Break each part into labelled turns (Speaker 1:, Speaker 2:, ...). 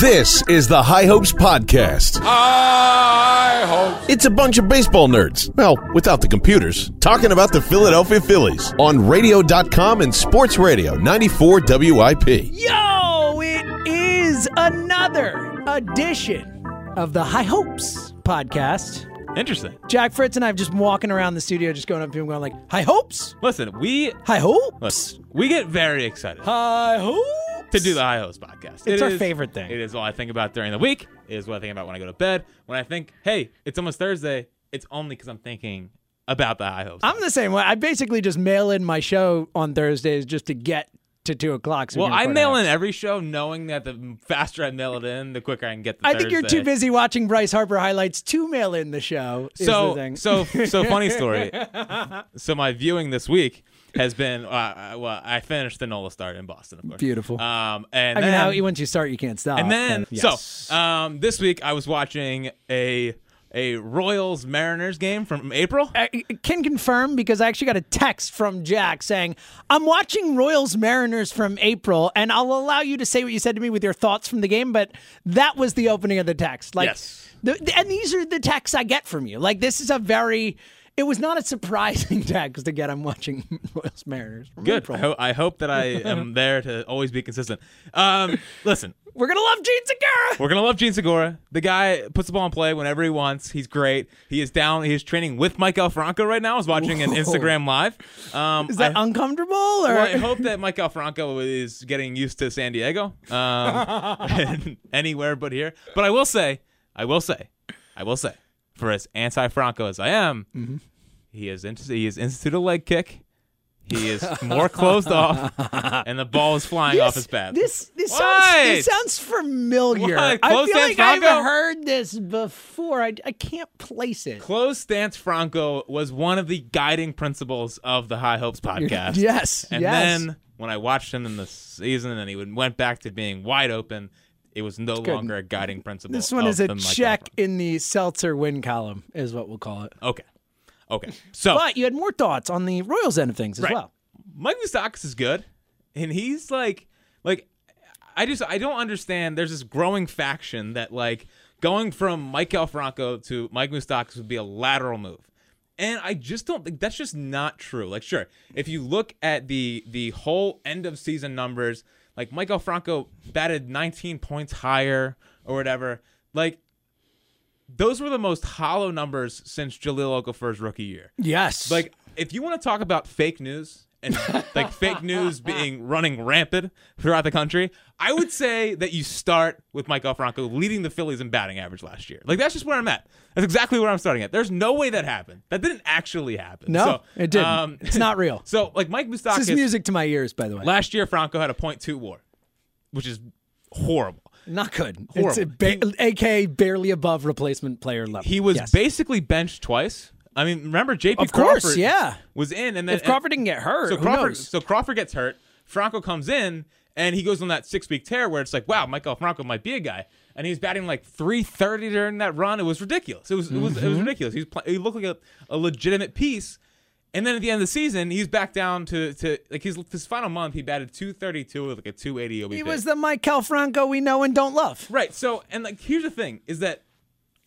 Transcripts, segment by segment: Speaker 1: This is the High Hopes Podcast.
Speaker 2: I hope.
Speaker 1: It's a bunch of baseball nerds, well, without the computers, talking about the Philadelphia Phillies on radio.com and sports radio 94 WIP.
Speaker 3: Yo, it is another edition of the High Hopes podcast.
Speaker 2: Interesting.
Speaker 3: Jack Fritz and I have just been walking around the studio, just going up to people, going like, "High hopes,
Speaker 2: Listen, we
Speaker 3: high hopes,
Speaker 2: listen, we get very excited
Speaker 3: high hopes."
Speaker 2: to do the High Hopes podcast. It's
Speaker 3: our favorite thing.
Speaker 2: It is what I think about during the week. It is what I think about when I go to bed. When I think, hey, it's almost Thursday, it's only because I'm thinking about the High Hopes.
Speaker 3: I'm the same way. I basically just mail in my show on Thursdays just to get to two o'clock. So we
Speaker 2: well,
Speaker 3: can
Speaker 2: I
Speaker 3: record
Speaker 2: mail
Speaker 3: it.
Speaker 2: in every show knowing that the faster I mail it in, the quicker I can get the
Speaker 3: I think you're
Speaker 2: Thursday.
Speaker 3: too busy watching Bryce Harper highlights to mail in the show. is the
Speaker 2: so
Speaker 3: thing.
Speaker 2: so so funny story. so my viewing this week has been uh, uh, well, I finished the Nola start in Boston, of course.
Speaker 3: Beautiful.
Speaker 2: Um, and
Speaker 3: I mean,
Speaker 2: then,
Speaker 3: how, once you start, you can't stop.
Speaker 2: and then
Speaker 3: yes.
Speaker 2: so um, this week I was watching a a Royals Mariners game from April.
Speaker 3: I I can confirm because I actually got a text from Jack saying, I'm watching Royals Mariners from April, and I'll allow you to say what you said to me with your thoughts from the game, but that was the opening of the text. Like,
Speaker 2: Yes.
Speaker 3: the, and these are the texts I get from you. Like, this is a very, it was not a surprising text to get. I'm watching Royals Mariners from
Speaker 2: Good. I,
Speaker 3: April.
Speaker 2: ho- I hope that I am there to always be consistent. Um, listen,
Speaker 3: We're going to love Gene Segura.
Speaker 2: we're gonna love Gene Segura. The guy puts the ball in play whenever he wants. He's great. He is down. He is training with Mike Alfranco right now. I was watching an Instagram live. Um,
Speaker 3: Is that
Speaker 2: I,
Speaker 3: uncomfortable? Or
Speaker 2: well, I hope that Mike Alfranco is getting used to San Diego, um, anywhere but here. But I will say, I will say, I will say, for as anti-Franco as I am,
Speaker 3: Mm-hmm.
Speaker 2: he is inst- he is instituted a leg kick. He is more closed off, and the ball is flying off his bat.
Speaker 3: This this
Speaker 2: What?
Speaker 3: sounds, this sounds familiar.
Speaker 2: What?
Speaker 3: I
Speaker 2: Close
Speaker 3: feel
Speaker 2: hands,
Speaker 3: like I've
Speaker 2: Franco?
Speaker 3: heard this before. I, I can't place it.
Speaker 2: Closed stance Franco was one of the guiding principles of the High Hopes podcast.
Speaker 3: Yes,
Speaker 2: And
Speaker 3: yes.
Speaker 2: then when I watched him in the season and he would- went back to being wide open, it was no longer a guiding principle.
Speaker 3: this one
Speaker 2: of
Speaker 3: is a
Speaker 2: the Mike
Speaker 3: check
Speaker 2: Alfranco.
Speaker 3: in the seltzer win column, is what we'll call it.
Speaker 2: Okay. Okay. So
Speaker 3: But you had more thoughts on the Royals end of things as
Speaker 2: Right.
Speaker 3: well.
Speaker 2: Mike Moustakas is good, and he's like, like, I just I don't understand. There's this growing faction that like going from Mike Franco to Mike Moustakas would be a lateral move, and I just don't think that's just not true. Like, sure, if you look at the the whole end of season numbers, like Mike Franco batted 19 points higher or whatever, like. Those were the most hollow numbers since Jaleel Okafor's rookie year.
Speaker 3: Yes.
Speaker 2: Like, if you want to talk about fake news and like fake news being running rampant throughout the country, I would say that you start with Mike Alfranco leading the Phillies in batting average last year. Like, that's just where I'm at. That's exactly where I'm starting at. There's no way that happened. That didn't actually happen.
Speaker 3: No,
Speaker 2: So, um,
Speaker 3: it didn't. It's not real.
Speaker 2: So, like, Mike
Speaker 3: this is
Speaker 2: Moustakis,
Speaker 3: music to my ears, by the way.
Speaker 2: last year, Franco had a .2 war, which is horrible.
Speaker 3: Not good. It's
Speaker 2: Horrible.
Speaker 3: a ba- aka barely above replacement player level.
Speaker 2: He was
Speaker 3: Yes.
Speaker 2: basically benched twice. I mean, remember J.P.
Speaker 3: Of course,
Speaker 2: Crawford
Speaker 3: yeah.
Speaker 2: was in, and then
Speaker 3: If Crawford didn't get hurt,
Speaker 2: So
Speaker 3: who
Speaker 2: Crawford,
Speaker 3: knows?
Speaker 2: so Crawford gets hurt. Franco comes in and he goes on that six week tear where it's like, wow, Michael Franco might be a guy, and he's batting like three thirty during that run. It was ridiculous. It was it was it
Speaker 3: Mm-hmm.
Speaker 2: was ridiculous. He was pl- he looked like a, a legitimate piece. And then at the end of the season, he's back down to, to like his his final month. He batted two thirty two with like a two eighty OBP.
Speaker 3: He was the Mike Calfranco we know and don't love.
Speaker 2: Right. So, and like, here's the thing: is that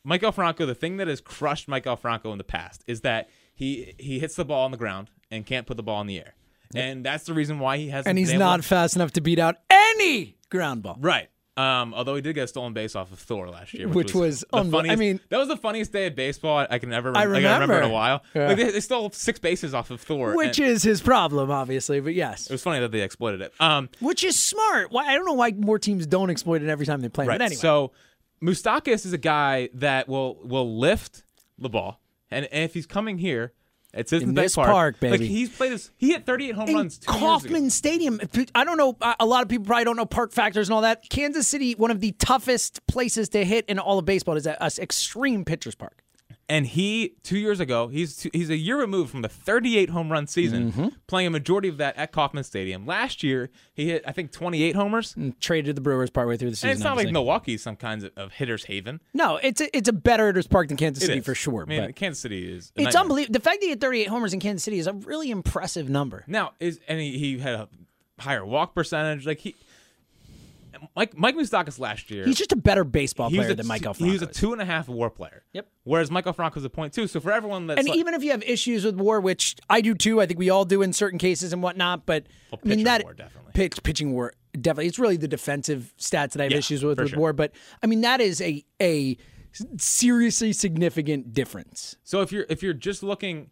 Speaker 2: Mike Franco, the thing that has crushed Mike Franco in the past, is that he he hits the ball on the ground and can't put the ball in the air, and that's the reason why he hasn't.
Speaker 3: And he's
Speaker 2: been able-
Speaker 3: not fast enough to beat out any ground ball.
Speaker 2: right. Um, although he did get a stolen base off of Thor last year, which,
Speaker 3: Which was
Speaker 2: the
Speaker 3: unbel- I
Speaker 2: funniest.
Speaker 3: mean-
Speaker 2: that was the funniest day of baseball I can ever.
Speaker 3: I
Speaker 2: like, I remember in a
Speaker 3: remember.
Speaker 2: while.
Speaker 3: Yeah.
Speaker 2: Like they, they stole six bases off of Thor,
Speaker 3: Which
Speaker 2: and
Speaker 3: is his problem, obviously, but yes.
Speaker 2: it was funny that they exploited it. Um,
Speaker 3: Which is smart. Why I don't know why more teams don't exploit it every time they play. him,
Speaker 2: Right.
Speaker 3: But anyway,
Speaker 2: So Mustakis is a guy that will will lift the ball, and, and if he's coming here, it's his
Speaker 3: In
Speaker 2: Bank
Speaker 3: this
Speaker 2: park,
Speaker 3: park,
Speaker 2: Like
Speaker 3: baby.
Speaker 2: he's played his, he hit 38 home
Speaker 3: in
Speaker 2: runs. Two years ago.
Speaker 3: Kauffman Stadium, I don't know. A lot of people probably don't know park factors and all that. Kansas City, one of the toughest places to hit in all of baseball, is at us extreme pitchers park.
Speaker 2: and he two years ago he's two, he's a year removed from the 38 home run season,
Speaker 3: Mm-hmm.
Speaker 2: playing a majority of that at Kauffman Stadium. Last year he hit I think 28 homers. And
Speaker 3: Traded the Brewers partway through the season.
Speaker 2: it's not like
Speaker 3: obviously.
Speaker 2: Milwaukee's some kinds of, of hitters haven.
Speaker 3: no, it's a, it's a better hitter's park than Kansas
Speaker 2: It
Speaker 3: City
Speaker 2: is.
Speaker 3: for sure.
Speaker 2: I mean,
Speaker 3: but
Speaker 2: Kansas City is. a
Speaker 3: it's
Speaker 2: nightmare.
Speaker 3: unbelievable. The fact that he had 38 homers in Kansas City is a really impressive number.
Speaker 2: Now is and he, he had a higher walk percentage. Like he, Mike Mike Moustakas last year.
Speaker 3: He's just a better baseball player
Speaker 2: was a
Speaker 3: than Mike
Speaker 2: two-
Speaker 3: Alfranco.
Speaker 2: He was a two and a half war player.
Speaker 3: Yep.
Speaker 2: Whereas Michael Franco's a point two. So for everyone that's
Speaker 3: and
Speaker 2: like,
Speaker 3: even if you have issues with war, which I do too, I think we all do in certain cases and whatnot, but I mean
Speaker 2: pitching
Speaker 3: that
Speaker 2: war, definitely.
Speaker 3: pitch pitching war definitely it's really the defensive stats that I have
Speaker 2: Yeah,
Speaker 3: issues with
Speaker 2: for
Speaker 3: with
Speaker 2: sure.
Speaker 3: war, but I mean that is a a seriously significant difference.
Speaker 2: So if you're if you're just looking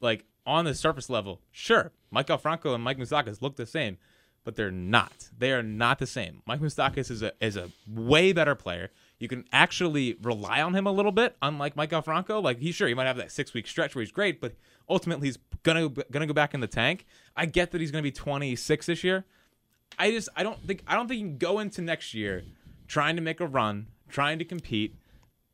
Speaker 2: like on the surface level, sure, Mike Franco and Mike Moustakas look the same, but they're not. They are not the same. Mike Moustakas is a is a way better player. You can actually rely on him a little bit, unlike Mike Franco. Like he sure he might have that six week stretch where he's great, but ultimately he's gonna gonna go back in the tank. I get that he's gonna be 26 this year. I just I don't think I don't think you can go into next year trying to make a run, trying to compete.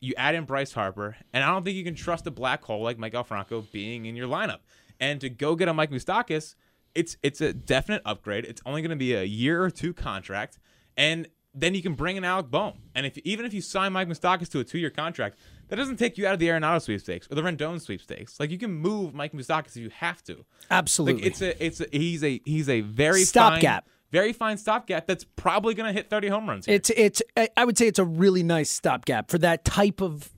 Speaker 2: You add in Bryce Harper, and I don't think you can trust a black hole like Mike Alfranco being in your lineup. And to go get a Mike Moustakis, it's it's a definite upgrade. It's only going to be a year or two contract, and then you can bring in Alec Bohm. And if even if you sign Mike Moustakis to a two year contract, that doesn't take you out of the Arenado sweepstakes or the Rendon sweepstakes. Like you can move Mike Moustakis if you have to.
Speaker 3: Absolutely.
Speaker 2: Like it's a it's a, he's a he's a very
Speaker 3: Stopgap.
Speaker 2: fine, very fine stopgap that's probably going to hit 30 home runs. Here.
Speaker 3: It's it's I I would say it's a really nice stopgap for that type of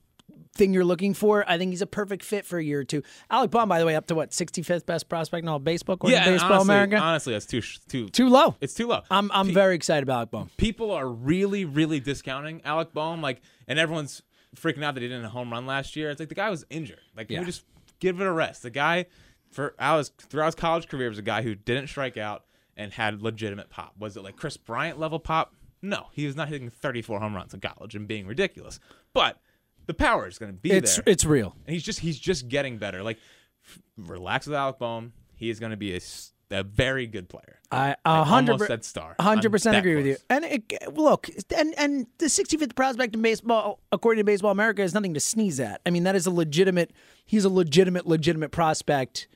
Speaker 3: thing you're looking for. I think he's a perfect fit for a year or two. Alec Baum, by the way, up to what 65th best prospect in all baseball, according
Speaker 2: yeah,
Speaker 3: to
Speaker 2: and
Speaker 3: Baseball
Speaker 2: honestly,
Speaker 3: America.
Speaker 2: honestly, that's too sh- too
Speaker 3: Too low.
Speaker 2: It's too low.
Speaker 3: I'm I'm
Speaker 2: Pe-
Speaker 3: very excited about Alec Baum.
Speaker 2: people are really really discounting Alec Boehm, like, and everyone's freaking out that he didn't hit a home run last year. It's like the guy was injured. Like, can
Speaker 3: Yeah.
Speaker 2: we just give it a rest? The guy for Alex throughout his college career was a guy who didn't strike out and had legitimate pop. Was it like Chris Bryant level pop? No, he was not hitting 34 home runs in college and being ridiculous. But the power is going to be
Speaker 3: It's
Speaker 2: there.
Speaker 3: it's real.
Speaker 2: and he's just he's just getting better. Like f- relax with Alec Boehm. He is going to be a, s- a very good player.
Speaker 3: I a hundred
Speaker 2: almost
Speaker 3: per-
Speaker 2: said star.
Speaker 3: a hundred
Speaker 2: I'm
Speaker 3: percent
Speaker 2: that
Speaker 3: agree with you.
Speaker 2: close.
Speaker 3: And it, look, and and the 65th prospect in baseball, according to Baseball America, is nothing to sneeze at. I mean, that is a legitimate. He's a legitimate, legitimate prospect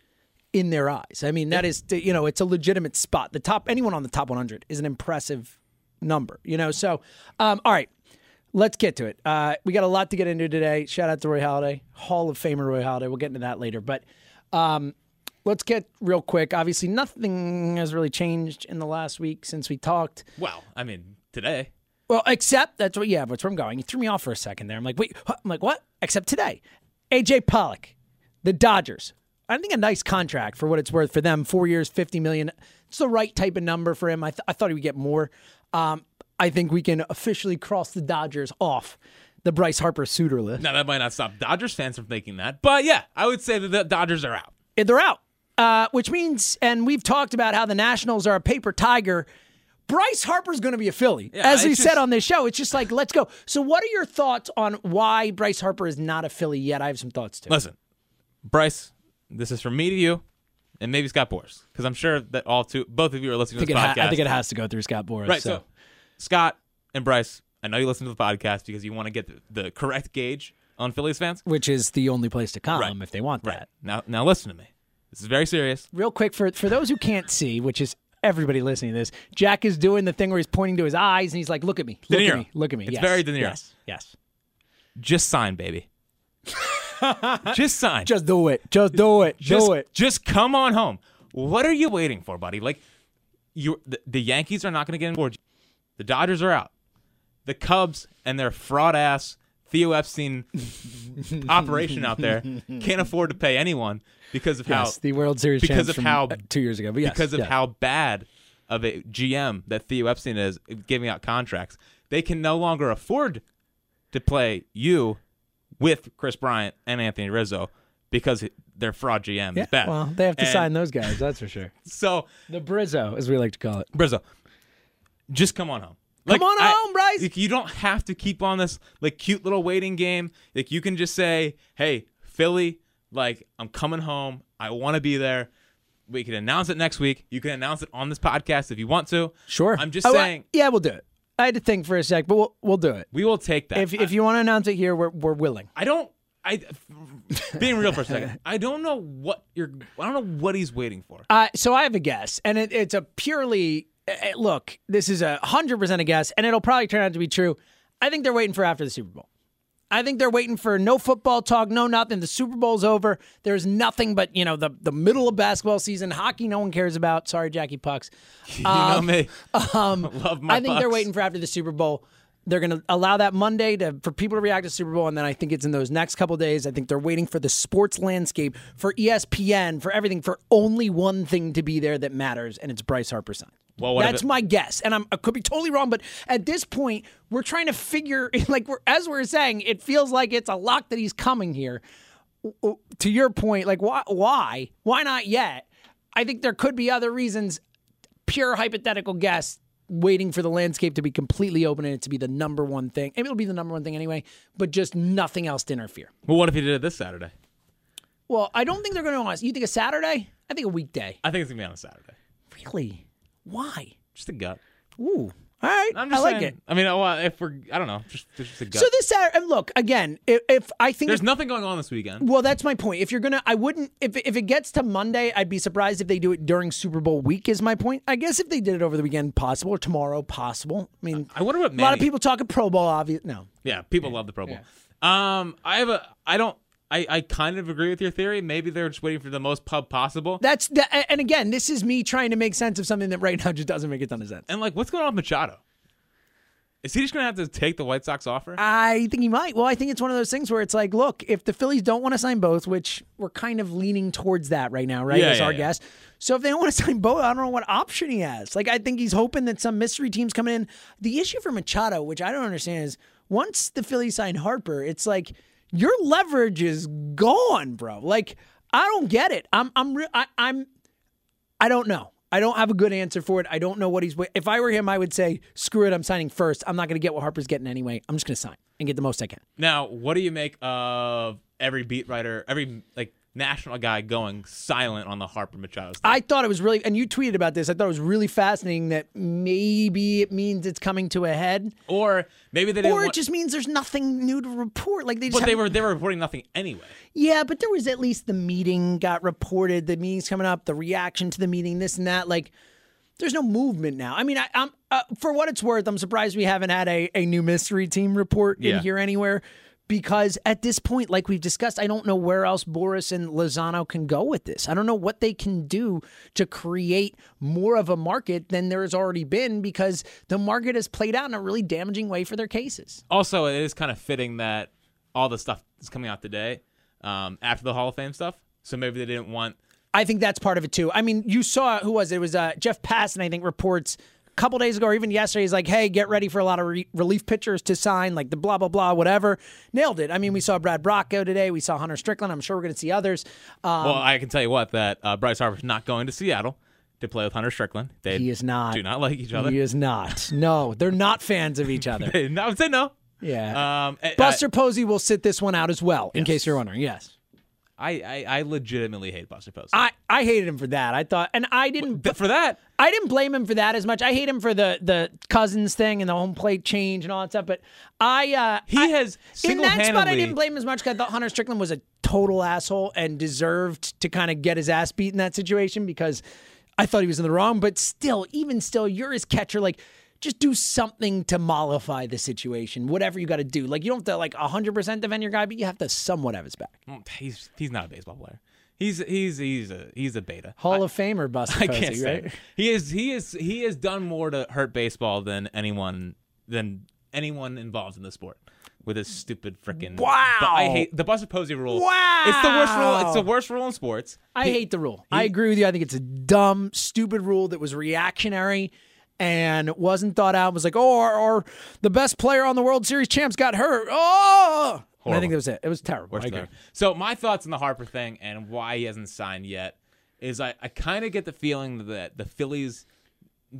Speaker 3: in their eyes. I mean, that is you know, it's a legitimate spot. The top anyone on the top 100 is an impressive number. You know, so um, all right. Let's get to it. Uh, we got a lot to get into today. Shout out to Roy Halladay, Hall of Famer Roy Halladay. We'll get into that later, but um, let's get real quick. Obviously, nothing has really changed in the last week since we talked.
Speaker 2: Well, I mean today.
Speaker 3: Well, except that's what. Yeah, that's where I'm going. You threw me off for a second there. I'm like, wait. huh? I'm like, what? Except today, AJ Pollock, the Dodgers. I think a nice contract for what it's worth for them. Four years, fifty million. It's the right type of number for him. I, th- I thought he would get more. Um, I think we can officially cross the Dodgers off the Bryce Harper suitor list.
Speaker 2: Now that might not stop Dodgers fans from thinking that, but yeah, I would say that the Dodgers are out.
Speaker 3: and they're out. Uh, which means, and we've talked about how the Nationals are a paper tiger. Bryce Harper's going to be a Philly, as
Speaker 2: it's
Speaker 3: we said
Speaker 2: just-
Speaker 3: on this show. It's just like, let's go. So, what are your thoughts on why Bryce Harper is not a Philly yet? I have some thoughts too.
Speaker 2: Listen, Bryce, this is from me to you, and maybe Scott Boris, because I'm sure that all two, both of you are listening
Speaker 3: I think,
Speaker 2: to
Speaker 3: it
Speaker 2: this
Speaker 3: ha-
Speaker 2: podcast.
Speaker 3: I think it has to go through Scott Boras.
Speaker 2: right.
Speaker 3: so.
Speaker 2: So. Scott and Bryce, I know you listen to the podcast because you want to get the, the correct gauge on Phillies fans.
Speaker 3: which is the only place to come
Speaker 2: Right.
Speaker 3: if they want
Speaker 2: Right
Speaker 3: that.
Speaker 2: now, now listen to me. This is very serious.
Speaker 3: Real quick for for those who can't see, which is everybody listening to this, Jack is doing the thing where he's pointing to his eyes and he's like, "Look at me,
Speaker 2: De
Speaker 3: look at
Speaker 2: Niro.
Speaker 3: me, look at me."
Speaker 2: It's
Speaker 3: yes,
Speaker 2: very De Niro.
Speaker 3: Yes, yes.
Speaker 2: Just sign, baby. Just sign.
Speaker 3: Just do it. Just do it.
Speaker 2: just,
Speaker 3: do it.
Speaker 2: Just come on home. What are you waiting for, buddy? Like, you the, the Yankees are not going to get on board. The Dodgers are out. The Cubs and their fraud ass Theo Epstein operation out there can't afford to pay anyone because of
Speaker 3: Yes,
Speaker 2: how
Speaker 3: the World Series
Speaker 2: because
Speaker 3: champs
Speaker 2: of
Speaker 3: from,
Speaker 2: how-
Speaker 3: uh, two years ago, but yes,
Speaker 2: because of
Speaker 3: yeah.
Speaker 2: how bad of a GM that Theo Epstein is giving out contracts. They can no longer afford to play you with Chris Bryant and Anthony Rizzo because their fraud GM
Speaker 3: Yeah,
Speaker 2: is bad.
Speaker 3: Well, they have to
Speaker 2: And
Speaker 3: sign those guys, that's for sure.
Speaker 2: So
Speaker 3: The Brizzo, as we like to call it.
Speaker 2: Brizzo, just come on home.
Speaker 3: on home, Bryce.
Speaker 2: like, You don't have to keep on this like cute little waiting game. Like you can just say, "Hey, Philly, like I'm coming home. I want to be there." We can announce it next week. You can announce it on this podcast if you want to.
Speaker 3: Sure.
Speaker 2: I'm just
Speaker 3: Oh, I-
Speaker 2: saying
Speaker 3: yeah, we'll do it. I had to think for a sec, but we'll we'll do it.
Speaker 2: we will take that.
Speaker 3: If if you want to announce it here, we're we're willing.
Speaker 2: I don't. I being real for a second. I don't know what you're. I don't know what he's waiting for.
Speaker 3: Uh, so I have a guess, and it, it's a purely uh, uh, look. This is a hundred percent a guess, and it'll probably turn out to be true. I think they're waiting for after the Super Bowl. I think they're waiting for no football talk, no nothing. The Super Bowl's over. There's nothing but, you know, the, the middle of basketball season. Hockey, no one cares about. Sorry, Jackie Pucks.
Speaker 2: You know me. Love my
Speaker 3: Um, I think they're
Speaker 2: Bucks.
Speaker 3: waiting for after the Super Bowl. They're going to allow that Monday to for people to react to Super Bowl, and then I think it's in those next couple days. I think they're waiting for the sports landscape, for E ESPN, for everything, for only one thing to be there that matters, and it's Bryce Harper sign.
Speaker 2: Well, what if
Speaker 3: That's
Speaker 2: it-
Speaker 3: my guess, and I'm, I could be totally wrong, but at this point, we're trying to figure like we're as we're saying, it feels like it's a lock that he's coming here to your point, like why why why not yet? I think there could be other reasons. Pure hypothetical guess. Waiting for the landscape to be completely open and it to be the number one thing. And it'll be the number one thing anyway, but just nothing else to interfere.
Speaker 2: Well, what if he did it this Saturday?
Speaker 3: Well, I don't think they're going to ask. You think a Saturday? I think a weekday.
Speaker 2: I think it's gonna be on a Saturday.
Speaker 3: Really? Why?
Speaker 2: Just a gut.
Speaker 3: Ooh. All right.
Speaker 2: I'm just
Speaker 3: I like
Speaker 2: saying-
Speaker 3: it.
Speaker 2: I mean, oh, well, if we're, I don't know, just, just a gut.
Speaker 3: So this Saturday, and look again. If, if I think
Speaker 2: There's
Speaker 3: if-
Speaker 2: nothing going on this weekend.
Speaker 3: Well, that's my point. If you're gonna, I wouldn't. If if it gets to Monday, I'd be surprised if they do it during Super Bowl week. Is my point. I guess if they did it over the weekend, possible or tomorrow, possible. I mean,
Speaker 2: I wonder what
Speaker 3: a lot of
Speaker 2: Manny-
Speaker 3: people talking Pro Bowl. Obvious. No,
Speaker 2: Yeah, people love the Pro Bowl. Um, I have a, I don't, I, I kind of agree with your theory. Maybe they're just waiting for the most pub possible.
Speaker 3: that's the, and again, this is me trying to make sense of something that right now just doesn't make a ton of sense.
Speaker 2: and like, what's going on with Machado? Is he just gonna have to take the White Sox offer?
Speaker 3: I think he might. Well, I think it's one of those things where it's like, look, if the Phillies don't want to sign both, which we're kind of leaning towards that right now, right?
Speaker 2: Yeah,
Speaker 3: is
Speaker 2: yeah,
Speaker 3: our
Speaker 2: yeah.
Speaker 3: guess. So if they don't want to sign both, I don't know what option he has. Like I think he's hoping that some mystery teams come in. The issue for Machado, which I don't understand, is once the Phillies sign Harper, it's like your leverage is gone, bro. Like I don't get it. I'm I'm re- I, I'm I don't know. I don't have a good answer for it. I don't know what he's. If I were him, I would say, screw it. I'm signing first. I'm not going to get what Harper's getting anyway. I'm just going to sign and get the most I can.
Speaker 2: Now, what do you make of every beat writer, every like national guy going silent on the Harper Machado? stuff?
Speaker 3: I thought it was really, and you tweeted about this. I thought it was really fascinating that maybe it means it's coming to a head,
Speaker 2: or maybe they didn't.
Speaker 3: Uh, or it
Speaker 2: want-
Speaker 3: just means there's nothing new to report. Like they just
Speaker 2: but they
Speaker 3: haven't-
Speaker 2: were they were reporting nothing anyway.
Speaker 3: Yeah, but there was at least the meeting got reported, the meeting's coming up, the reaction to the meeting, this and that. Like, there's no movement now. I mean, I, I'm uh, for what it's worth, I'm surprised we haven't had a, a new mystery team report
Speaker 2: Yeah.
Speaker 3: in here anywhere because at this point, like we've discussed, I don't know where else Boris and Lozano can go with this. I don't know what they can do to create more of a market than there has already been because the market has played out in a really damaging way for their cases.
Speaker 2: Also, it is kind of fitting that all the stuff is coming out today um, after the Hall of Fame stuff. So maybe they didn't want.
Speaker 3: I think that's part of it too. I mean, you saw who was it? It was uh, Jeff Passan. I think reports a couple days ago or even yesterday. He's like, "Hey, get ready for a lot of re- relief pitchers to sign, like the blah blah blah, whatever." Nailed it. I mean, we saw Brad Brock go today. We saw Hunter Strickland. I'm sure we're going to see others. Uh,
Speaker 2: well, I can tell you what that uh, Bryce Harper's not going to Seattle to play with Hunter Strickland. They
Speaker 3: he is not.
Speaker 2: do not like each other.
Speaker 3: He is not. No, they're not fans of each other.
Speaker 2: I would say no.
Speaker 3: Yeah.
Speaker 2: Um, I-
Speaker 3: Buster Posey will sit this one out as well, in case you're wondering. Yes.
Speaker 2: I, I I legitimately hate Buster Posey.
Speaker 3: I, I hated him for that. I thought, and I didn't.
Speaker 2: Th- for that,
Speaker 3: I didn't blame him for that as much. I hate him for the the cousins thing and the home plate change and all that stuff. But I uh,
Speaker 2: He
Speaker 3: I-
Speaker 2: has
Speaker 3: in that spot I
Speaker 2: single-handedly-
Speaker 3: didn't blame him as much because I thought Hunter Strickland was a total asshole and deserved to kind of get his ass beat in that situation because I thought he was in the wrong. But still, even still, you're his catcher. Like, just do something to mollify the situation. Whatever you got to do. Like, you don't have to like 100 percent defend your guy, but you have to somewhat have his back.
Speaker 2: Mm, he's he's not a baseball player. He's he's he's a he's a beta.
Speaker 3: Hall of Famer Buster
Speaker 2: I
Speaker 3: Posey,
Speaker 2: can't say
Speaker 3: right?
Speaker 2: it. he is he is he has done more to hurt baseball than anyone than anyone involved in the sport with his stupid freaking.
Speaker 3: Wow.
Speaker 2: But I hate the Buster Posey rule. It's the worst rule. It's the worst rule in sports.
Speaker 3: I hate the rule. I agree with you. I think it's a dumb, stupid rule that was reactionary and wasn't thought out. It was like, oh, or, or the best player on the World Series champs got hurt. Oh, And I think that was it. It was terrible. I agree.
Speaker 2: So my thoughts on the Harper thing and why he hasn't signed yet is I, I kind of get the feeling that the Phillies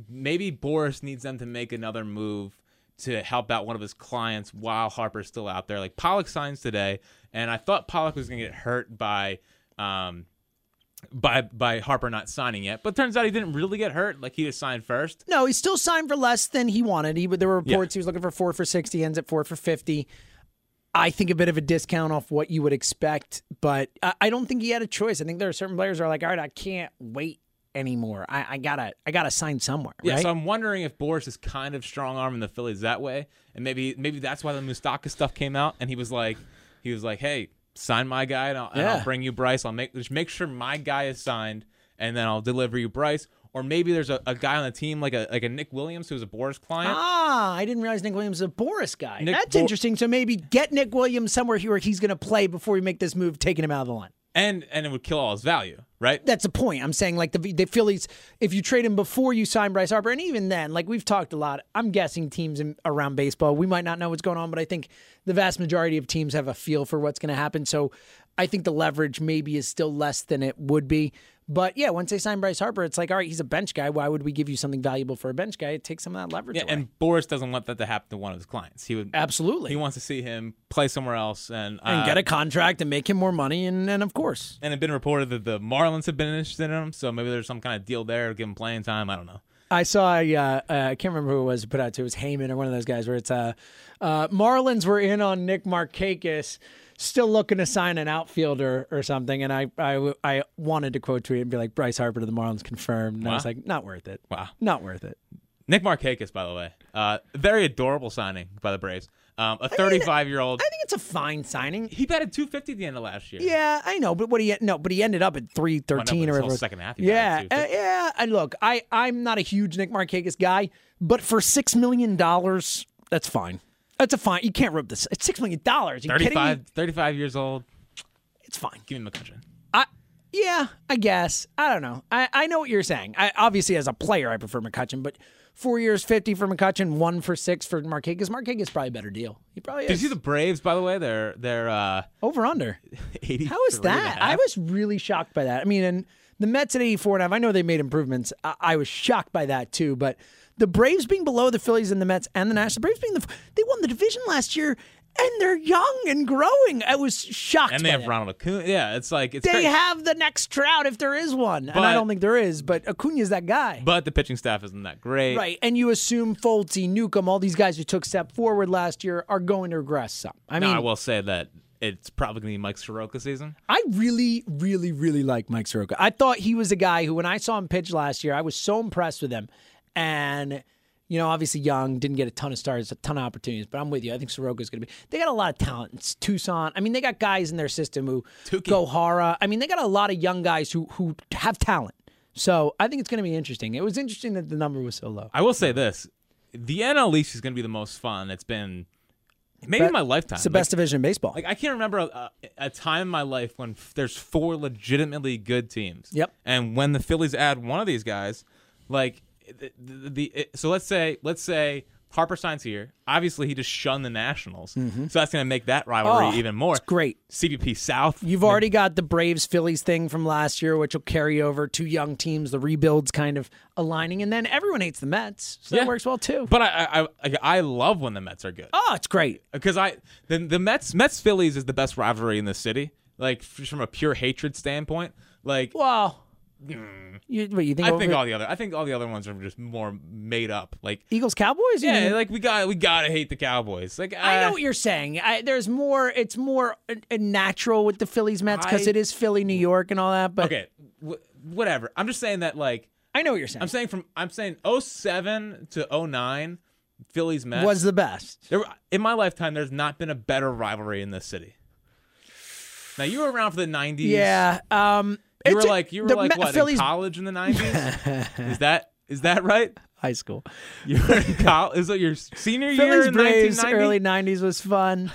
Speaker 2: maybe Boris needs them to make another move to help out one of his clients while Harper's still out there. Like Pollock signs today, and I thought Pollock was gonna get hurt by um by by Harper not signing yet, but turns out he didn't really get hurt. Like he just signed first.
Speaker 3: No, he still signed for less than he wanted. He, there were reports he was looking for four for 60, ends at four for 50. I think a bit of a discount off what you would expect, but I, I don't think he had a choice. I think there are certain players who are like, all right, I can't wait anymore. I, I gotta I gotta sign somewhere,
Speaker 2: Yeah,
Speaker 3: right?
Speaker 2: so I'm wondering if Boris is kind of strong arming the Phillies that way, and maybe maybe that's why the Mustaka stuff came out, and he was like, he was like, hey, sign my guy, and I'll, and I'll
Speaker 3: Yeah.
Speaker 2: bring you Bryce. I'll make just make sure my guy is signed, and then I'll deliver you Bryce. Or maybe there's a, a guy on the team like a like a Nick Williams who's a Boris client.
Speaker 3: Ah, I didn't realize Nick Williams is a Boris guy.
Speaker 2: Nick
Speaker 3: That's
Speaker 2: Bo-
Speaker 3: interesting. So maybe get Nick Williams somewhere here where he's going to play before we make this move, taking him out of the line.
Speaker 2: and and it would kill all his value, right?
Speaker 3: That's the point. I'm saying like the the Phillies, if you trade him before you sign Bryce Harper, and even then, like we've talked a lot. I'm guessing teams in, around baseball, we might not know what's going on, but I think the vast majority of teams have a feel for what's going to happen. So I think the leverage maybe is still less than it would be. But yeah, once they sign Bryce Harper, it's like, all right, he's a bench guy. Why would we give you something valuable for a bench guy? It takes some of that leverage
Speaker 2: Yeah,
Speaker 3: away.
Speaker 2: and Boris doesn't want that to happen to one of his clients. He would
Speaker 3: Absolutely.
Speaker 2: he wants to see him play somewhere else and
Speaker 3: and
Speaker 2: uh,
Speaker 3: get a contract and make him more money, and, and of course.
Speaker 2: and it's been reported that the Marlins have been interested in him, so maybe there's some kind of deal there, give him playing time. I don't know.
Speaker 3: I saw. a, Uh, uh, I can't remember who it was put out to. It was Heyman or one of those guys where it's uh, uh, Marlins were in on Nick Markakis, still looking to sign an outfielder or something. And I, I, w- I wanted to quote tweet and be like, Bryce Harper to the Marlins confirmed. And I was
Speaker 2: Wow.
Speaker 3: like, not worth it.
Speaker 2: Wow.
Speaker 3: Not worth it.
Speaker 2: Nick Markakis, by the way, uh, very adorable signing by the Braves. Um, a 35 year old.
Speaker 3: I think it's a fine signing.
Speaker 2: He batted 250 at the end of last year.
Speaker 3: Yeah, I know, but what he no, but he ended up at three
Speaker 2: Went
Speaker 3: thirteen
Speaker 2: up
Speaker 3: or
Speaker 2: his whole
Speaker 3: whatever.
Speaker 2: second half, he
Speaker 3: yeah,
Speaker 2: batted
Speaker 3: uh,
Speaker 2: 250.
Speaker 3: yeah. I look, I I'm not a huge Nick Markakis guy, but for six million dollars, that's fine. That's a fine. You can't rub this. It's six million dollars. You kidding me?
Speaker 2: 35, 35 years old.
Speaker 3: It's fine.
Speaker 2: Give him a country.
Speaker 3: I yeah, I guess. I don't know. I, I know what you're saying. I obviously as a player I prefer McCutcheon, but four years fifty for McCutcheon, one for six for Marquez. Marquez probably a better deal. He probably
Speaker 2: Did you
Speaker 3: is
Speaker 2: see the Braves, by the way? They're, they're uh,
Speaker 3: over under.
Speaker 2: 80.
Speaker 3: How is that? I was really shocked by that. I mean, and the Mets at 84 and a half, I know they made improvements. I, I was shocked by that too, but the Braves being below the Phillies and the Mets and the Nationals, the Braves being the they won the division last year and they're young and growing. I was shocked.
Speaker 2: and they
Speaker 3: by
Speaker 2: have
Speaker 3: that.
Speaker 2: Ronald Acuna. Yeah, it's like, it's
Speaker 3: they
Speaker 2: crazy.
Speaker 3: have the next Trout if there is one, and
Speaker 2: But-
Speaker 3: I don't think there is. But Acuna's that guy,
Speaker 2: but the pitching staff isn't that great.
Speaker 3: right? And you assume Foltz, Newcomb, all these guys who took step forward last year are going to regress some. I
Speaker 2: Now,
Speaker 3: mean,
Speaker 2: I will say that it's probably going to be Mike Soroka season.
Speaker 3: I really, really, really like Mike Soroka. I thought he was a guy who, when I saw him pitch last year, I was so impressed with him. And, you know, obviously young, didn't get a ton of starts, a ton of opportunities, but I'm with you. I think Soroka's going to be. They got a lot of talent. It's Tucson. I mean, they got guys in their system who, Gohara. I mean, they got a lot of young guys who, who have talent. So I think it's going to be interesting. It was interesting that the number was so low.
Speaker 2: I will say this the NL East is going to be the most fun it's been maybe in my lifetime.
Speaker 3: It's the
Speaker 2: Like,
Speaker 3: best division in baseball.
Speaker 2: Like I can't remember a, a time in my life when f- there's four legitimately good teams.
Speaker 3: Yep.
Speaker 2: And when the Phillies add one of these guys, like the, the, the it- so let's say let's say Harper signs here. Obviously, he just shunned the Nationals, so that's going to make that rivalry
Speaker 3: Mm-hmm. Oh,
Speaker 2: even more.
Speaker 3: it's great.
Speaker 2: CBP South.
Speaker 3: You've already got the Braves Phillies thing from last year, which will carry over two young teams, the rebuilds kind of aligning, and then everyone hates the Mets, so
Speaker 2: Yeah.
Speaker 3: that works well too.
Speaker 2: But I I, I I love when the Mets are good
Speaker 3: oh, it's great.
Speaker 2: because I the the Mets Mets Phillies is the best rivalry in the city. Like f- from a pure hatred standpoint, like
Speaker 3: Wow. You, what, you think?
Speaker 2: I think
Speaker 3: over-
Speaker 2: all the other I think all the other ones are just more made up. Like
Speaker 3: Eagles Cowboys. You
Speaker 2: Yeah,
Speaker 3: mean-
Speaker 2: like we got we gotta hate the Cowboys. Like
Speaker 3: I
Speaker 2: uh,
Speaker 3: know what you're saying. I, there's more. It's more uh, uh, natural with the Phillies Mets because
Speaker 2: I-
Speaker 3: it is Philly, New York, and all that. But
Speaker 2: Okay, w- whatever. I'm just saying that like
Speaker 3: I know what you're saying.
Speaker 2: I'm saying from I'm saying 07 to 09, Phillies Mets
Speaker 3: was the best.
Speaker 2: there, in my lifetime. There's not been a better rivalry in this city. Now you were around for the 90s.
Speaker 3: Yeah. Um.
Speaker 2: you were
Speaker 3: it's a-
Speaker 2: like you were
Speaker 3: the
Speaker 2: like
Speaker 3: Met-
Speaker 2: what
Speaker 3: Phillies
Speaker 2: in college in the 90s. is that is that right?
Speaker 3: high school.
Speaker 2: You were in college. Is that your senior year
Speaker 3: Phillies
Speaker 2: in
Speaker 3: Braves
Speaker 2: 1990?
Speaker 3: early '90s was fun.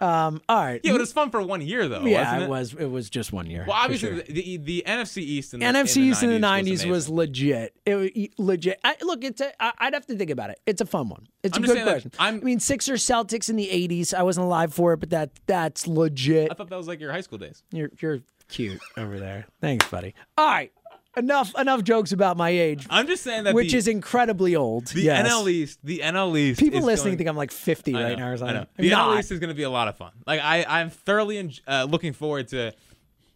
Speaker 3: Um. All right.
Speaker 2: yeah, but it was fun for one year though.
Speaker 3: Yeah,
Speaker 2: wasn't
Speaker 3: it?
Speaker 2: it?
Speaker 3: was. It was just one year.
Speaker 2: Well,
Speaker 3: for
Speaker 2: obviously
Speaker 3: sure.
Speaker 2: the, the the NFC East in the
Speaker 3: NFC East in the '90s
Speaker 2: amazing.
Speaker 3: was, legit. It was e- legit. I, look, it's a. I, I'd have to think about it. It's a fun one. It's
Speaker 2: I'm
Speaker 3: a
Speaker 2: just
Speaker 3: good
Speaker 2: saying that
Speaker 3: question.
Speaker 2: I'm-
Speaker 3: I mean, Sixers Celtics in the '80s. I wasn't alive for it, but that that's legit.
Speaker 2: I thought that was like your high school days.
Speaker 3: You're you're cute over there. Thanks, buddy. All right, enough enough jokes about my age,
Speaker 2: I'm just saying that
Speaker 3: which
Speaker 2: the,
Speaker 3: is incredibly old.
Speaker 2: the
Speaker 3: yes.
Speaker 2: NL East, the NL East.
Speaker 3: People
Speaker 2: is
Speaker 3: listening
Speaker 2: going-
Speaker 3: think I'm like 50
Speaker 2: I
Speaker 3: right
Speaker 2: know,
Speaker 3: now or something.
Speaker 2: I know.
Speaker 3: I'm
Speaker 2: The
Speaker 3: not.
Speaker 2: NL East is going to be a lot of fun. Like I, I'm thoroughly en- uh, looking forward to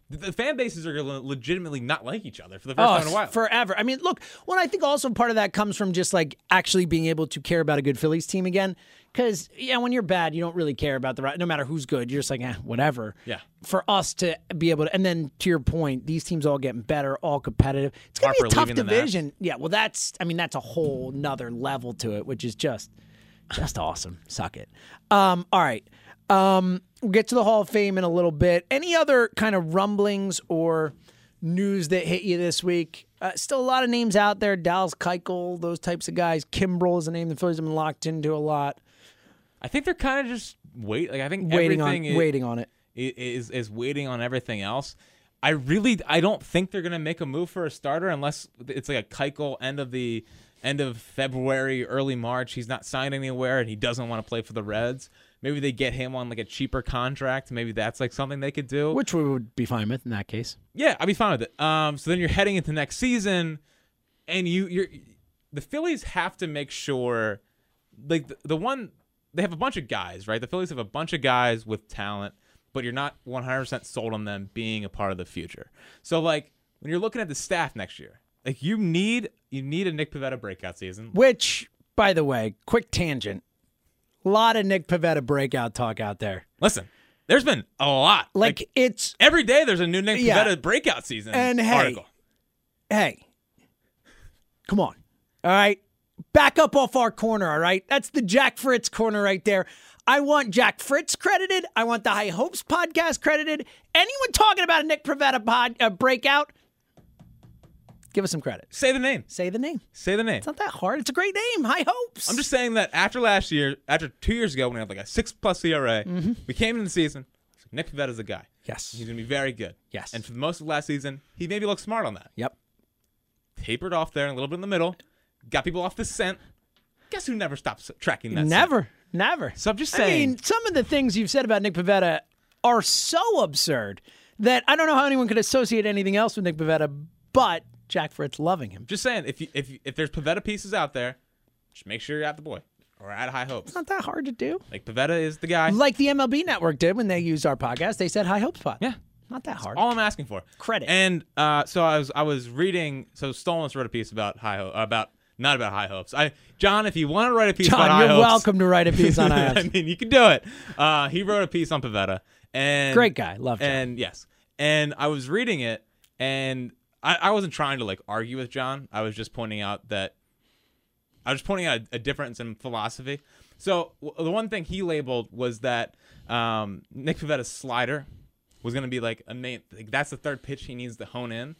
Speaker 2: the fan bases are going to legitimately not like each other for the first
Speaker 3: Oh,
Speaker 2: time in a while.
Speaker 3: forever. I mean, look, well, I think also part of that comes from just like actually being able to care about a good Phillies team again. Because, yeah, when you're bad, you don't really care about the right, no matter who's good. You're just like, eh, whatever.
Speaker 2: Yeah.
Speaker 3: For us to be able to, and then to your point, these teams all getting better, all competitive. It's going to be a
Speaker 2: Harper
Speaker 3: tough
Speaker 2: leaving the Nats.
Speaker 3: division. Yeah. Well, that's, I mean, that's a whole nother level to it, which is just, just awesome. Suck it. Um, all right. Um, we'll get to the Hall of Fame in a little bit. Any other kind of rumblings or news that hit you this week? Uh, still a lot of names out there. Dallas Keuchel, those types of guys. Kimbrel is a name the Phillies have been locked into a lot.
Speaker 2: I think they're kind of just wait. Like I think
Speaker 3: Waiting on,
Speaker 2: everything i-
Speaker 3: waiting on it.
Speaker 2: i- is is waiting on everything else. I really I don't think they're gonna make a move for a starter unless it's like a Keuchel end of the end of February, early March. He's not signed anywhere and he doesn't want to play for the Reds. Maybe they get him on like a cheaper contract. Maybe that's like something they could do.
Speaker 3: Which we would be fine with in that case.
Speaker 2: Yeah, I'd be fine with it. Um, so then you're heading into next season, and you you're the Phillies have to make sure, like the, the one they have a bunch of guys, right? The Phillies have a bunch of guys with talent, but you're not 100% sold on them being a part of the future. So like when you're looking at the staff next year, like you need you need a Nick Pivetta breakout season.
Speaker 3: Which, by the way, quick tangent. A lot of Nick Pavetta breakout talk out there.
Speaker 2: Listen, there's been a lot
Speaker 3: Like, it's,
Speaker 2: every day there's a new Nick
Speaker 3: Yeah.
Speaker 2: Pivetta breakout season
Speaker 3: And hey,
Speaker 2: article.
Speaker 3: hey, come on. All right. Back up off our corner. All right. That's the Jack Fritz corner right there. I want Jack Fritz credited. I want the High Hopes podcast credited. Anyone talking about a Nick Provetta pod, uh, breakout, give us some credit.
Speaker 2: Say the name.
Speaker 3: Say the name. It's
Speaker 2: Say the name.
Speaker 3: not that hard. It's a great name. High Hopes.
Speaker 2: I'm just saying that after last year, after two years ago, when we had like a six plus ERA,
Speaker 3: Mm-hmm.
Speaker 2: we came into the season. it's like, Nick Pavetta's a guy.
Speaker 3: Yes.
Speaker 2: He's going to be very good.
Speaker 3: Yes.
Speaker 2: And for most of last season, he maybe looked smart on that.
Speaker 3: Yep.
Speaker 2: Tapered off there, a little bit in the middle, got people off the scent. Guess who never stops tracking that? scent?
Speaker 3: Never. Never.
Speaker 2: So I'm just
Speaker 3: I mean,
Speaker 2: saying-
Speaker 3: some of the things you've said about Nick Pavetta are so absurd that I don't know how anyone could associate anything else with Nick Pavetta but Jack Fritz loving him.
Speaker 2: Just saying, if you, if you, if there's Pavetta pieces out there, just make sure you're at the boy or at high hopes.
Speaker 3: Not that hard to do.
Speaker 2: Like Pavetta is the guy.
Speaker 3: Like the MLB network did when they used our podcast, they said high hopes pod.
Speaker 2: Yeah.
Speaker 3: Not that hard.
Speaker 2: All I'm asking for
Speaker 3: Credit.
Speaker 2: And uh, so I was I was reading. So Stolens wrote a piece about high ho- about not about high hopes. I John, if you want to write a piece
Speaker 3: John,
Speaker 2: about high
Speaker 3: you're
Speaker 2: hopes,
Speaker 3: welcome to write a piece on high
Speaker 2: I
Speaker 3: hopes.
Speaker 2: mean, you can do it. Uh, he wrote a piece on Pavetta, and
Speaker 3: Great guy. Love John.
Speaker 2: And yes, and I was reading it, and I, I wasn't trying to like argue with John. I was just pointing out that I was pointing out a, a difference in philosophy. So w- the one thing he labeled was that um, Nick Pavetta's slider was going to be like a main. Like, that's the third pitch he needs to hone in.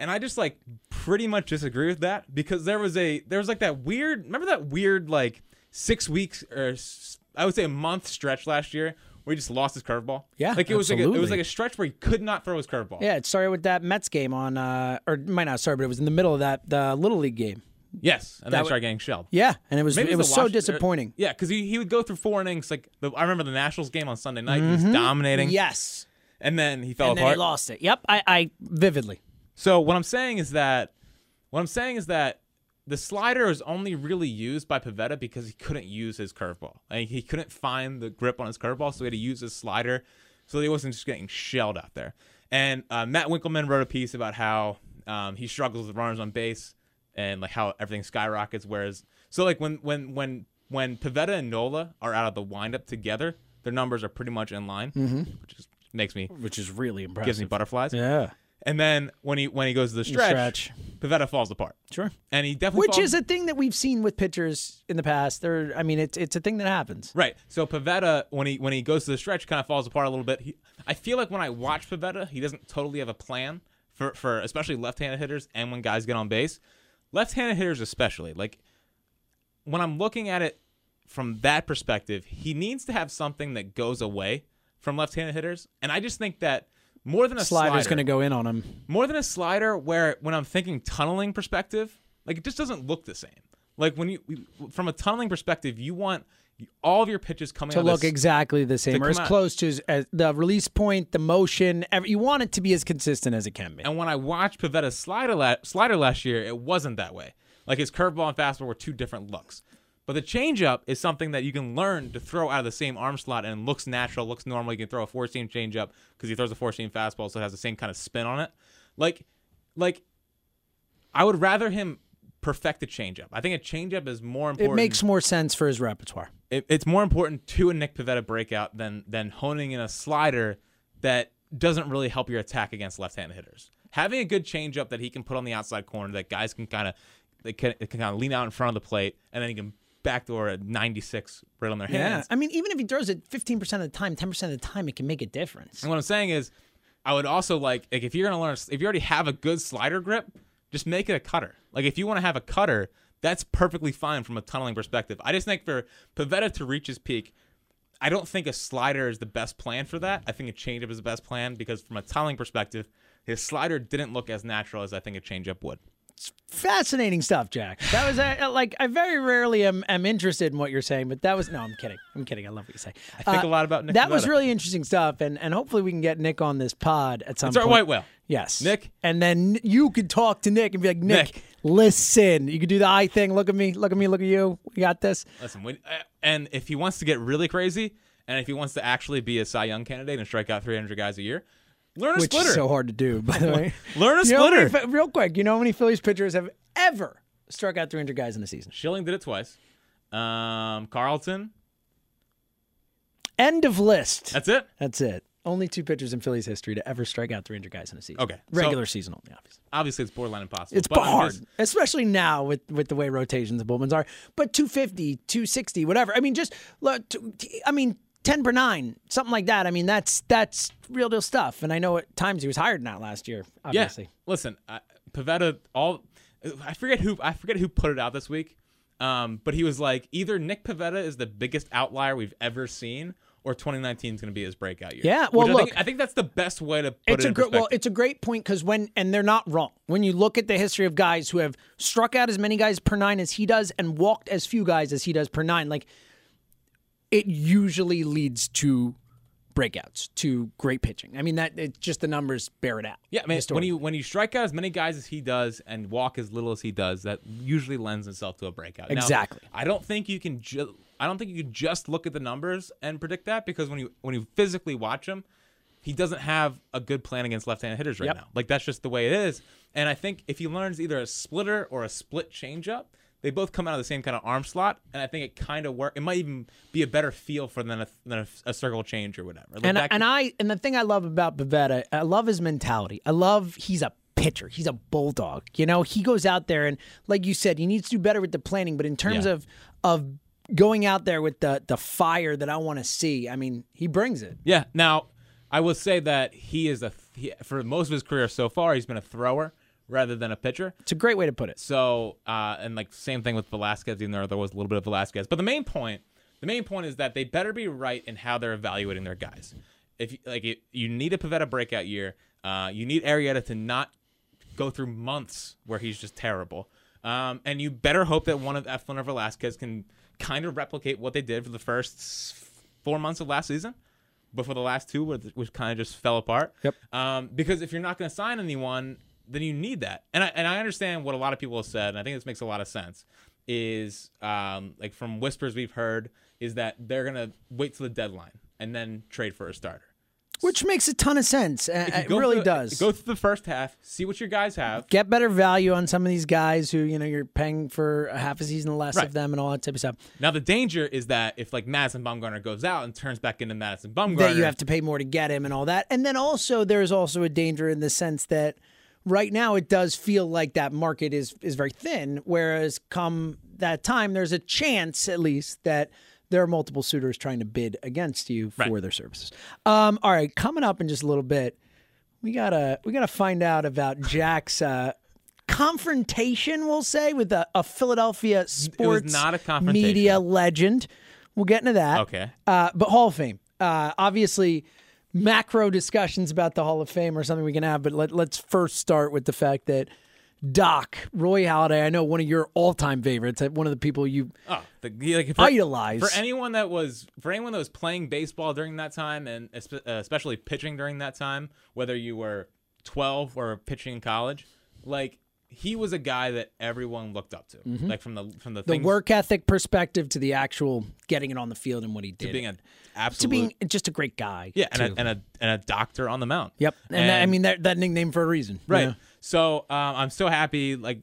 Speaker 2: And I just like pretty much disagree with that because there was a there was like that weird remember that weird like six weeks or s- I would say a month stretch last year where he just lost his curveball.
Speaker 3: Yeah,
Speaker 2: like it was like a, it was
Speaker 3: absolutely.
Speaker 2: like a stretch where he could not throw his curveball.
Speaker 3: yeah, it started with that Mets game on, uh, or it might not start, but it was in the middle of that the Little League game.
Speaker 2: Yes, and
Speaker 3: That
Speaker 2: then
Speaker 3: wa-
Speaker 2: he started getting shelled.
Speaker 3: Yeah, and it was
Speaker 2: Maybe
Speaker 3: it
Speaker 2: it's
Speaker 3: was
Speaker 2: the
Speaker 3: so
Speaker 2: Wash-
Speaker 3: disappointing.
Speaker 2: Yeah, because he, he would go through four innings. Like the, I remember the Nationals game on Sunday night, he was dominating.
Speaker 3: Yes,
Speaker 2: and then he fell
Speaker 3: Mm-hmm. and then
Speaker 2: apart.
Speaker 3: he lost it. Yep, I, I vividly.
Speaker 2: So what I'm saying is that what I'm saying is that the slider is only really used by Pavetta because he couldn't use his curveball. Like he couldn't find the grip on his curveball, so he had to use his slider so he wasn't just getting shelled out there. And uh, Matt Winkelman wrote a piece about how um, he struggles with runners on base and like how everything skyrockets. Whereas, so like when when when when Pavetta and Nola are out of the windup together, their numbers are pretty much in line, which just makes me
Speaker 3: which is really impressive.
Speaker 2: gives me butterflies.
Speaker 3: yeah,
Speaker 2: And then when he when he goes to the stretch,
Speaker 3: stretch.
Speaker 2: Pavetta falls apart.
Speaker 3: sure.
Speaker 2: And he definitely
Speaker 3: Which
Speaker 2: falls-
Speaker 3: is a thing that we've seen with pitchers in the past. There, I mean, it's it's a thing that happens.
Speaker 2: right. So Pavetta when he when he goes to the stretch kind of falls apart a little bit. He, I feel like when I watch Pavetta, he doesn't totally have a plan for for especially left-handed hitters and when guys get on base. Left-handed hitters especially. Like when I'm looking at it from that perspective, he needs to have something that goes away from left-handed hitters. And I just think that more than a
Speaker 3: Slider's
Speaker 2: slider,
Speaker 3: going to go in on him.
Speaker 2: more than a slider where when i'm thinking tunneling perspective like it just doesn't look the same like when you from a tunneling perspective you want all of your pitches coming
Speaker 3: to
Speaker 2: out
Speaker 3: look
Speaker 2: this,
Speaker 3: exactly the same or
Speaker 2: come
Speaker 3: as
Speaker 2: out.
Speaker 3: close to as, as the release point, the motion. Every, you want it to be as consistent as it can be.
Speaker 2: and when i watched pavetta's slider, la- slider last year it wasn't that way like his curveball and fastball were two different looks But the changeup is something that you can learn to throw out of the same arm slot and looks natural, looks normal. You can throw a four seam changeup because he throws a four seam fastball, so it has the same kind of spin on it. Like, like I would rather him perfect a changeup. I think a changeup is more
Speaker 3: It
Speaker 2: important.
Speaker 3: makes more sense for his repertoire.
Speaker 2: it- it's more important to a Nick Pavetta breakout than than honing in a slider that doesn't really help your attack against left-handed hitters. Having a good changeup that he can put on the outside corner that guys can kind of they can, they can kind of lean out in front of the plate and then he can backdoor a 96 right on their hands.
Speaker 3: I mean, even if he throws it 15% of the time, 10% of the time, it can make a difference.
Speaker 2: And what I'm saying is, I would also like like if you're gonna learn if you already have a good slider grip, just make it a cutter. Like if you want to have a cutter, that's perfectly fine from a tunneling perspective. I just think for Pavetta to reach his peak, I don't think a slider is the best plan for that. I think a changeup is the best plan because from a tunneling perspective, his slider didn't look as natural as I think a changeup would.
Speaker 3: Fascinating stuff, Jack. That was uh, like, I very rarely am, am interested in what you're saying, but that was, no, I'm kidding. I'm kidding. I love what you say. I
Speaker 2: think a lot about Nick
Speaker 3: That was
Speaker 2: Pivetta.
Speaker 3: really interesting stuff, and, and hopefully we can get Nick on this pod at some
Speaker 2: It's our
Speaker 3: point.
Speaker 2: white whale.
Speaker 3: Yes.
Speaker 2: Nick?
Speaker 3: And then you could talk to Nick and be like, Nick,
Speaker 2: Nick.
Speaker 3: listen. You could do the eye thing. Look at me. Look at me. Look at you. We got this.
Speaker 2: Listen, when, uh, and if he wants to get really crazy, and if he wants to actually be a Cy Young candidate and strike out 300 guys a year, learn a
Speaker 3: Which
Speaker 2: splitter.
Speaker 3: is so hard to do, by the way.
Speaker 2: Learn a
Speaker 3: You know how
Speaker 2: splitter.
Speaker 3: many Phil- real quick, you know how many Phillies pitchers have ever struck out 300 guys in a season?
Speaker 2: Schilling did it twice. Um, Carlton.
Speaker 3: End of list.
Speaker 2: That's it.
Speaker 3: That's it. Only two pitchers in Phillies history to ever strike out 300 guys in a season.
Speaker 2: Okay, so-
Speaker 3: Regular season only, obviously.
Speaker 2: Obviously, it's borderline impossible.
Speaker 3: It's
Speaker 2: but I'm
Speaker 3: hard,
Speaker 2: just-
Speaker 3: especially now with, with the way rotations of bullpens are. But 250, 260, whatever. I mean, just look, t- t- I mean, 10 per 9, something like that. I mean, that's that's real deal stuff. And I know at times he was hired in that last year,
Speaker 2: yeah.
Speaker 3: obviously.
Speaker 2: Listen, I, Pavetta. All I forget who I forget who put it out this week. Um, but he was like, either Nick Pavetta is the biggest outlier we've ever seen, or 2019 is going to be his breakout year.
Speaker 3: Yeah, well,
Speaker 2: Which I
Speaker 3: look.
Speaker 2: think, I think that's the best way to put
Speaker 3: it's
Speaker 2: it.
Speaker 3: a
Speaker 2: in
Speaker 3: great well
Speaker 2: perspective.
Speaker 3: it's a great point because when and they're not wrong when you look at the history of guys who have struck out as many guys per nine as he does and walked as few guys as he does per nine like it usually leads to breakouts to great pitching i mean that it's just the numbers bear it out
Speaker 2: Yeah, I mean, when
Speaker 3: historically.
Speaker 2: you when you strike out as many guys as he does and walk as little as he does, that usually lends itself to a breakout. Now,
Speaker 3: Exactly.
Speaker 2: I don't think you can. Ju- I don't think you can just look at the numbers and predict that because when you when you physically watch him, he doesn't have a good plan against left-handed hitters right
Speaker 3: Yep.
Speaker 2: now. Like that's just the way it is. And I think if he learns either a splitter or a split changeup, they both come out of the same kind of arm slot, and I think it kind of work. It might even be a better feel for than a, than a, a circle change or whatever. Like
Speaker 3: and,
Speaker 2: that
Speaker 3: and I and the thing I love about Bavetta, I love his mentality. I love he's a pitcher. He's a bulldog. You know, he goes out there and like you said, he needs to do better with the planning, but in terms
Speaker 2: Yeah.
Speaker 3: of of going out there with the the fire that I want to see, I mean, he brings it.
Speaker 2: Yeah. Now, I will say that he is a he, for most of his career so far, he's been a thrower rather than a pitcher.
Speaker 3: It's a great way to put it.
Speaker 2: So, uh, and like same thing with Velasquez, even though there was a little bit of Velasquez. But the main point, the main point is that they better be right in how they're evaluating their guys. If you- like you, you need a Pavetta breakout year, uh, you need Arietta to not go through months where he's just terrible. Um, and you better hope that one of Eflin or Velasquez can kind of replicate what they did for the first s- four months of last season before the last two, which, which kind of just fell apart.
Speaker 3: Yep.
Speaker 2: Um, because if you're not going to sign anyone, then you need that. And I and I understand what a lot of people have said, and I think this makes a lot of sense. Is um, like from whispers we've heard is that they're going to wait till the deadline and then trade for a starter.
Speaker 3: Which makes a ton of sense. Uh, It
Speaker 2: Go
Speaker 3: really
Speaker 2: through-
Speaker 3: does.
Speaker 2: Go through the first half, see what your guys have.
Speaker 3: Get better value on some of these guys who, you know, you're paying for a half a season less
Speaker 2: Right.
Speaker 3: of them and all that type of stuff.
Speaker 2: Now the danger is that if like Madison Bumgarner goes out and turns back into Madison Bumgarner,
Speaker 3: that you have to pay more to get him and all that. And then also there's also a danger in the sense that right now it does feel like that market is is very thin whereas come that time there's a chance at least that there are multiple suitors trying to bid against you for
Speaker 2: Right.
Speaker 3: their services. Um, all right, coming up in just a little bit, we gotta we gotta find out about Jack's uh, confrontation. We'll say with a, a Philadelphia sports
Speaker 2: not a confrontation.
Speaker 3: media legend. We'll get into that.
Speaker 2: Okay.
Speaker 3: Uh, but Hall of Fame. Uh, obviously, macro discussions about the Hall of Fame are something we can have, but let, let's first start with the fact that Doc, Roy Halladay, I know one of your all time favorites, uh, one of the people you
Speaker 2: Oh, the, he, like, for,
Speaker 3: idolize.
Speaker 2: for anyone that was for anyone that was playing baseball during that time and espe- uh, especially pitching during that time, whether you were 12 or pitching in college, like he was a guy that everyone looked up to, like from the from the,
Speaker 3: Mm-hmm. The
Speaker 2: things
Speaker 3: work ethic perspective to the actual getting it on the field and what he did.
Speaker 2: to being an absolute
Speaker 3: to being just a great guy.
Speaker 2: yeah, and
Speaker 3: too.
Speaker 2: a, and a and a doctor on the mound.
Speaker 3: yep. And, that, I mean that, that nickname for a reason. you
Speaker 2: Right.
Speaker 3: know?
Speaker 2: So um, I'm so happy. Like,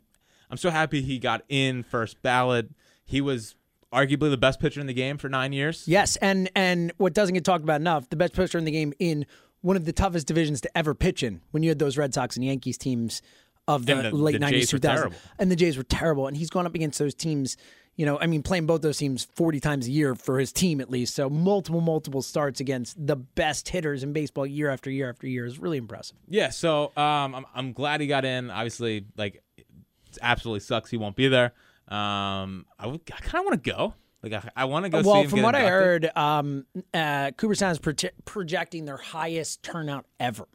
Speaker 2: I'm so happy he got in first ballot. He was arguably the best pitcher in the game for nine years.
Speaker 3: Yes, and and what doesn't get talked about enough, the best pitcher in the game in one of the toughest divisions to ever pitch in. When you had those Red Sox and Yankees teams of the,
Speaker 2: And the-
Speaker 3: late
Speaker 2: the
Speaker 3: '90s,
Speaker 2: Jays were
Speaker 3: 2000,
Speaker 2: terrible.
Speaker 3: and the Jays were terrible, and he's gone up against those teams. You know, I mean, playing both those teams 40 times a year for his team at least. So multiple, multiple starts against the best hitters in baseball year after year after year is really impressive.
Speaker 2: Yeah. So um, I'm I'm glad he got in. Obviously, like, it absolutely sucks he won't be there. Um, I would I kind of want to go. Like, I, I want to go. see
Speaker 3: well,
Speaker 2: him
Speaker 3: from
Speaker 2: get
Speaker 3: what I
Speaker 2: inducted.
Speaker 3: heard, um, uh, Cooperstown is proje- projecting their highest turnout ever.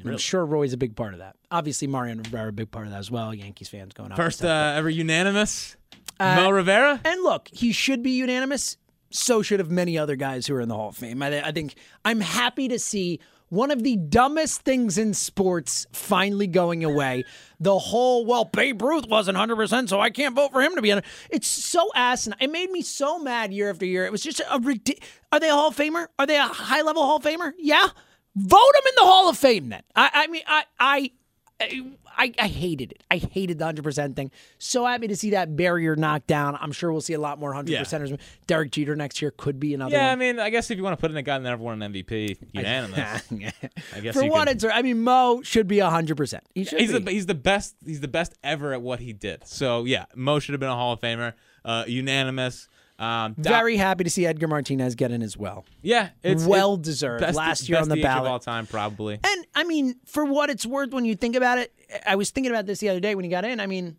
Speaker 3: And I'm sure Roy's a big part of that. Obviously, Mario and Rivera are a big part of that as well. Yankees fans going up. and
Speaker 2: first
Speaker 3: stuff.
Speaker 2: uh, ever unanimous. Mo Rivera.
Speaker 3: and look, he should be unanimous. So should have many other guys who are in the Hall of Fame. I, th- I think I'm happy to see one of the dumbest things in sports finally going away. The whole, well, Babe Ruth wasn't 100%, so I can't vote for him to be in it. It's so asinine. It made me so mad year after year. It was just a ridiculous. Are they a Hall of Famer? Are they a high level Hall of Famer? Yeah. Vote him in the Hall of Fame then. I, I mean, I, I, I, I hated it. I hated the hundred percent thing. So happy to see that barrier knocked down. I'm sure we'll see a lot more hundred percenters. Derek Jeter next year could be another
Speaker 2: Yeah, I
Speaker 3: one.
Speaker 2: mean, I guess if you want to put in a guy that never won an MVP, unanimous. I guess
Speaker 3: For
Speaker 2: you
Speaker 3: what
Speaker 2: can-
Speaker 3: it's worth, I mean, Mo should be hundred percent. He should
Speaker 2: he's
Speaker 3: be.
Speaker 2: the, he's the best he's the best ever at what he did. So yeah, Mo should have been a Hall of Famer. Uh, unanimous. Um, Doc-
Speaker 3: Very happy to see Edgar Martinez get in as well.
Speaker 2: yeah, it's
Speaker 3: well
Speaker 2: it's
Speaker 3: deserved.
Speaker 2: best-
Speaker 3: Last year
Speaker 2: best
Speaker 3: on the
Speaker 2: DH
Speaker 3: ballot.
Speaker 2: of all time probably.
Speaker 3: And I mean, for what it's worth, when you think about it, I was thinking about this the other day when he got in. I mean,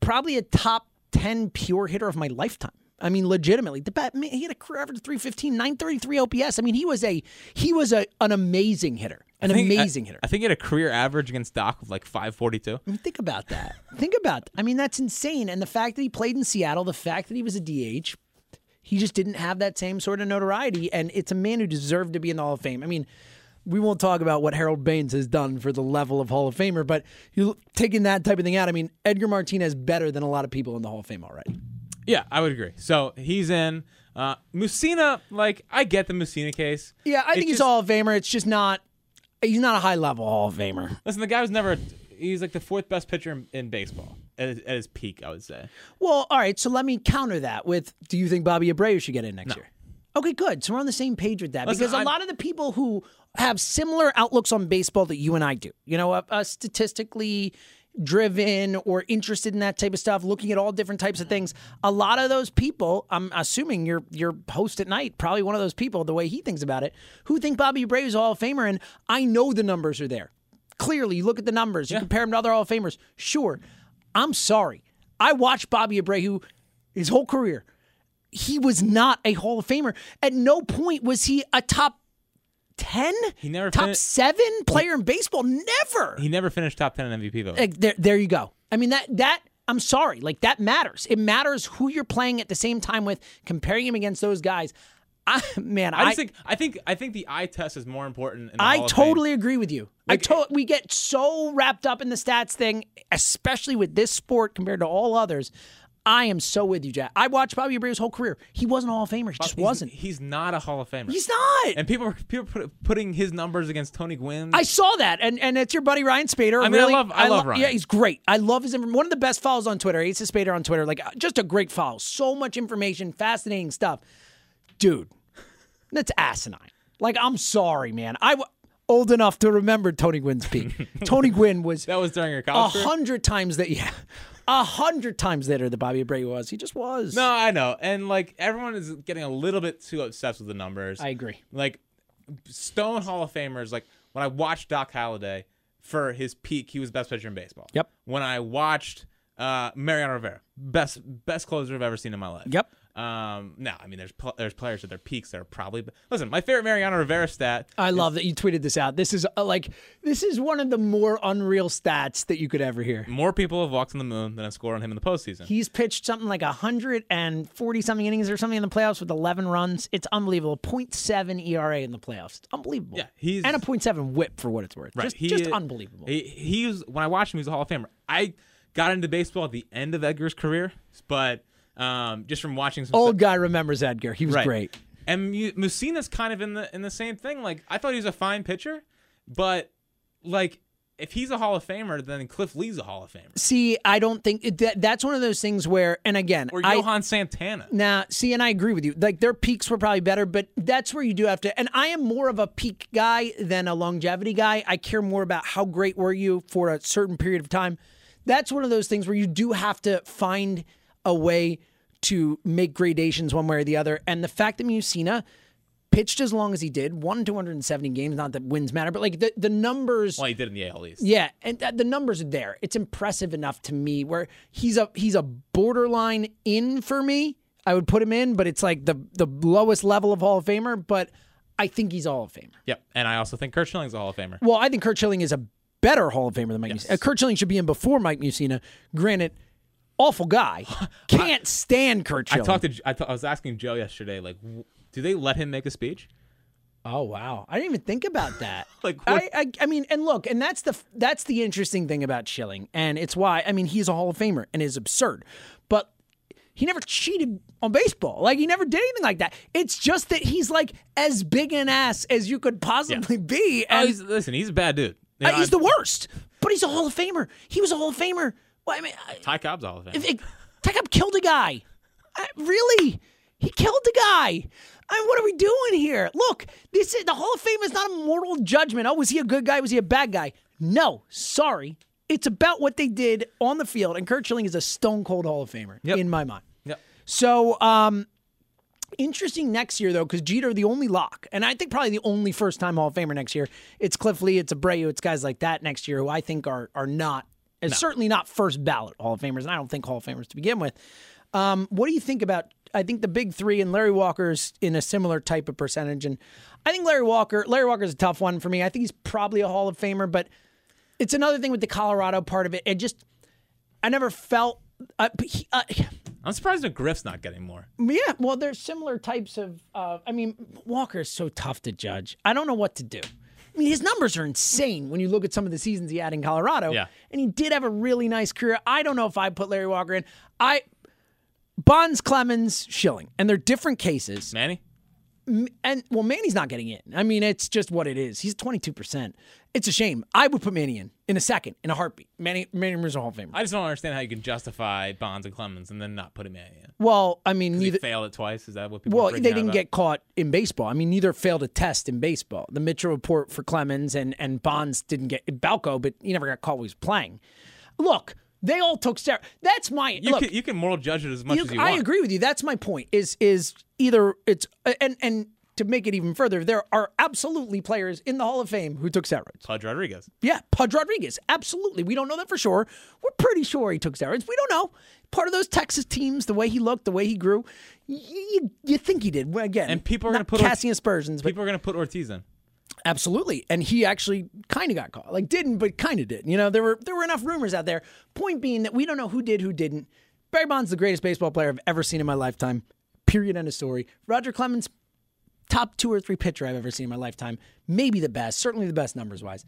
Speaker 3: probably a top 10 pure hitter of my lifetime. I mean, legitimately, the bat, man, he had a career average of 315, 933 OPS. I mean, he was a he was a, an amazing hitter, an
Speaker 2: I think-
Speaker 3: amazing
Speaker 2: I,
Speaker 3: hitter.
Speaker 2: I think he had a career average against Doc of like 542.
Speaker 3: I mean, think about that. think about. I mean, that's insane. And the fact that he played in Seattle, the fact that he was a DH, he just didn't have that same sort of notoriety. And it's a man who deserved to be in the Hall of Fame. I mean, we won't talk about what Harold Baines has done for the level of Hall of Famer, but you taking that type of thing out. I mean, Edgar Martinez better than a lot of people in the Hall of Fame already.
Speaker 2: Yeah, I would agree. So he's in. Uh, Musina, like I get the Musina case.
Speaker 3: Yeah, I
Speaker 2: It
Speaker 3: think he's
Speaker 2: just-
Speaker 3: Hall of Famer. It's just not. He's not a high level Hall of Famer.
Speaker 2: Listen, the guy was never. He's like the fourth best pitcher in, in baseball at his, at his peak. I would say.
Speaker 3: Well, all right. So let me counter that with: Do you think Bobby Abreu should get in next year? Okay, good. So we're on the same page with that
Speaker 2: Listen,
Speaker 3: because a
Speaker 2: I'm-
Speaker 3: lot of the people who have similar outlooks on baseball that you and I do, you know, a, a statistically driven or interested in that type of stuff, looking at all different types of things. A lot of those people, I'm assuming your your host at night, probably one of those people, the way he thinks about it, who think Bobby Abreu is a Hall of Famer, and I know the numbers are there clearly you look at the numbers you compare him to other hall of famers sure i'm sorry i watched bobby abreu his whole career he was not a hall of famer at no point was he a top 10 he
Speaker 2: never
Speaker 3: top
Speaker 2: fin-
Speaker 3: 7 player in baseball never
Speaker 2: He never finished top ten in MVP voting.
Speaker 3: like, there, there you go. I mean that that I'm sorry, like that matters. It matters who you're playing at the same time with, comparing him against those guys. I man,
Speaker 2: I
Speaker 3: I,
Speaker 2: just think I think I think the eye test is more important. In the
Speaker 3: I
Speaker 2: Hall of Fame.
Speaker 3: totally agree with you. I to- we get so wrapped up in the stats thing, especially with this sport compared to all others. I am so with you, Jack. I watched Bobby Abreu's whole career. He wasn't a Hall of Famer. He just
Speaker 2: He's-
Speaker 3: wasn't.
Speaker 2: He's not a Hall of Famer.
Speaker 3: He's not.
Speaker 2: and people are people are put, putting his numbers against Tony Gwynn.
Speaker 3: I saw that, and and it's your buddy Ryan Spader.
Speaker 2: mean, I
Speaker 3: really,
Speaker 2: love- I love Ryan.
Speaker 3: Yeah, he's great. I love his inform- one of the best follows on Twitter. Ace of Spader on Twitter, like uh, just a great follow. So much information, fascinating stuff, dude. That's asinine. Like I'm sorry, man. I w- old enough to remember Tony Gwynn's peak. Tony Gwynn was
Speaker 2: that was during your
Speaker 3: a
Speaker 2: college. career?
Speaker 3: hundred times that. Yeah, a hundred times later than Bobby Abreu was. He just was.
Speaker 2: No, I know, and like everyone is getting a little bit too obsessed with the numbers.
Speaker 3: I agree.
Speaker 2: Like Stone Hall of Famers. Like when I watched Doc Halliday for his peak, he was best pitcher in baseball.
Speaker 3: Yep.
Speaker 2: When I watched uh, Mariano Rivera, best best closer I've ever seen in my life.
Speaker 3: Yep.
Speaker 2: Um, no, I mean there's pl- there's players at their peaks that are probably. Listen, my favorite Mariano Rivera stat.
Speaker 3: I love that you tweeted this out. This is uh, like this is one of the more unreal stats that you could ever hear.
Speaker 2: More people have walked on the moon than have scored on him in the postseason.
Speaker 3: He's pitched something like 140 something innings or something in the playoffs with 11 runs. It's unbelievable. 0.7 ERA in the playoffs. It's unbelievable.
Speaker 2: Yeah, he's-
Speaker 3: and a 0.7 whip for what it's worth.
Speaker 2: Right,
Speaker 3: Just,
Speaker 2: he
Speaker 3: just
Speaker 2: is-
Speaker 3: unbelievable.
Speaker 2: He, he was when I watched him, he was a Hall of Famer. I got into baseball at the end of Edgar's career, but um, just from watching some
Speaker 3: Old guy remembers Edgar. He was
Speaker 2: Right.
Speaker 3: great.
Speaker 2: And Mu- Musina's kind of in the in the same thing. Like I thought he was a fine pitcher, but like if he's a Hall of Famer, then Cliff Lee's a Hall of Famer
Speaker 3: See, I don't think it- that, that's one of those things where, and again,
Speaker 2: or
Speaker 3: I,
Speaker 2: Johan Santana.
Speaker 3: Now, see, and I agree with you. Like their peaks were probably better, but that's where you do have to. And I am more of a peak guy than a longevity guy. I care more about how great were you for a certain period of time. That's one of those things where you do have to find a way to make gradations one way or the other. And the fact that Musina pitched as long as he did, won 270 games, not that wins matter, but like the, the numbers.
Speaker 2: Well, he did in the AL East.
Speaker 3: Yeah, and th- the numbers are there. It's impressive enough to me where he's a he's a borderline in for me. I would put him in, but it's like the the lowest level of Hall of Famer. But I think he's a Hall of Famer.
Speaker 2: Yep. And I also think Kurt Schilling's a Hall of Famer.
Speaker 3: Well, I think Kurt Schilling is a better Hall of Famer than Mike Musina. Uh, Kurt Schilling should be in before Mike Musina. Granted, awful guy. Can't stand Kurt
Speaker 2: I
Speaker 3: Schilling.
Speaker 2: talked to J- I, t- I was asking Joe yesterday, like, w- do they let him make a speech?
Speaker 3: Oh wow, I didn't even think about that.
Speaker 2: Like, what-
Speaker 3: I, I, I mean, and look, and that's the that's the interesting thing about Schilling, and it's why I mean he's a Hall of Famer and is absurd, but he never cheated on baseball. Like he never did anything like that. It's just that he's like as big an ass as you could possibly be,
Speaker 2: Oh,
Speaker 3: and
Speaker 2: he's, listen, he's a bad dude. You
Speaker 3: uh,
Speaker 2: know,
Speaker 3: he's
Speaker 2: I-
Speaker 3: the worst. But he's a Hall of Famer. He was a Hall of Famer. Well, I mean, I-
Speaker 2: Ty Cobb's a Hall of Famer.
Speaker 3: if it, Tech Up killed a guy. I- really? He killed a guy. I mean, what are we doing here? Look, this is the Hall of Fame is not a moral judgment. Oh, was he a good guy? Was he a bad guy? No, sorry. It's about what they did on the field, and Kurt Schilling is a stone cold Hall of Famer
Speaker 2: Yep.
Speaker 3: in my mind.
Speaker 2: Yep.
Speaker 3: So, um, interesting next year though, because Jeter the only lock, and I think probably the only first time Hall of Famer next year. It's Cliff Lee, it's Abreu, it's guys like that next year who I think are are not, and certainly not first ballot Hall of Famers, and I don't think Hall of Famers to begin with. Um, what do you think about? I think the big three and Larry Walker's in a similar type of percentage, and I think Larry Walker, Larry Walker's a tough one for me. I think he's probably a Hall of Famer, but it's another thing with the Colorado part of it. It just, I never felt. Uh, but he, uh,
Speaker 2: I'm surprised McGriff's not getting more.
Speaker 3: yeah, well, there's similar types of. Uh, I mean, Walker is so tough to judge. I don't know what to do. I mean, his numbers are insane when you look at some of the seasons he had in Colorado.
Speaker 2: Yeah.
Speaker 3: and he did have a really nice career. I don't know if I put Larry Walker in. I Bonds, Clemens, Schilling, and they're different cases.
Speaker 2: Manny?
Speaker 3: And well, Manny's not getting in. I mean, it's just what it is. He's 22. percent It's a shame. I would put Manny in in a second, in a heartbeat. Manny, Manny Moore's a Hall of Famer.
Speaker 2: I just don't understand how you can justify Bonds and Clemens and then not put him in.
Speaker 3: well, I mean,
Speaker 2: He
Speaker 3: neither.
Speaker 2: failed it twice. Is that what people? are
Speaker 3: Well, they
Speaker 2: freaking out
Speaker 3: didn't
Speaker 2: about?
Speaker 3: get caught in baseball. I mean, neither failed a test in baseball. The Mitchell report for Clemens and and Bonds didn't get Balco, but he never got caught while he was playing. Look, they all took steroids. That's my
Speaker 2: You
Speaker 3: look.
Speaker 2: can, you can moral judge it as much
Speaker 3: you-
Speaker 2: as you
Speaker 3: I
Speaker 2: want.
Speaker 3: agree with you. That's my point. Is is either it's and and to make it even further, there are absolutely players in the Hall of Fame who took steroids.
Speaker 2: Pudge Rodriguez.
Speaker 3: Yeah, Pudge Rodriguez. Absolutely. We don't know that for sure. We're pretty sure he took steroids. We don't know. Part of those Texas teams, the way he looked, the way he grew, y- you, you think he did. Well, Again,
Speaker 2: And people are
Speaker 3: not
Speaker 2: gonna put Ortiz-
Speaker 3: casting aspersions, but
Speaker 2: People are going to put Ortiz in.
Speaker 3: absolutely. And he actually kind of got caught. Like didn't, but kind of did. You know, there were there were enough rumors out there. Point being that we don't know who did, who didn't. Barry Bonds, the greatest baseball player I've ever seen in my lifetime. Period. End of story. Roger Clemens, top two or three pitcher I've ever seen in my lifetime. Maybe the best, certainly the best numbers wise.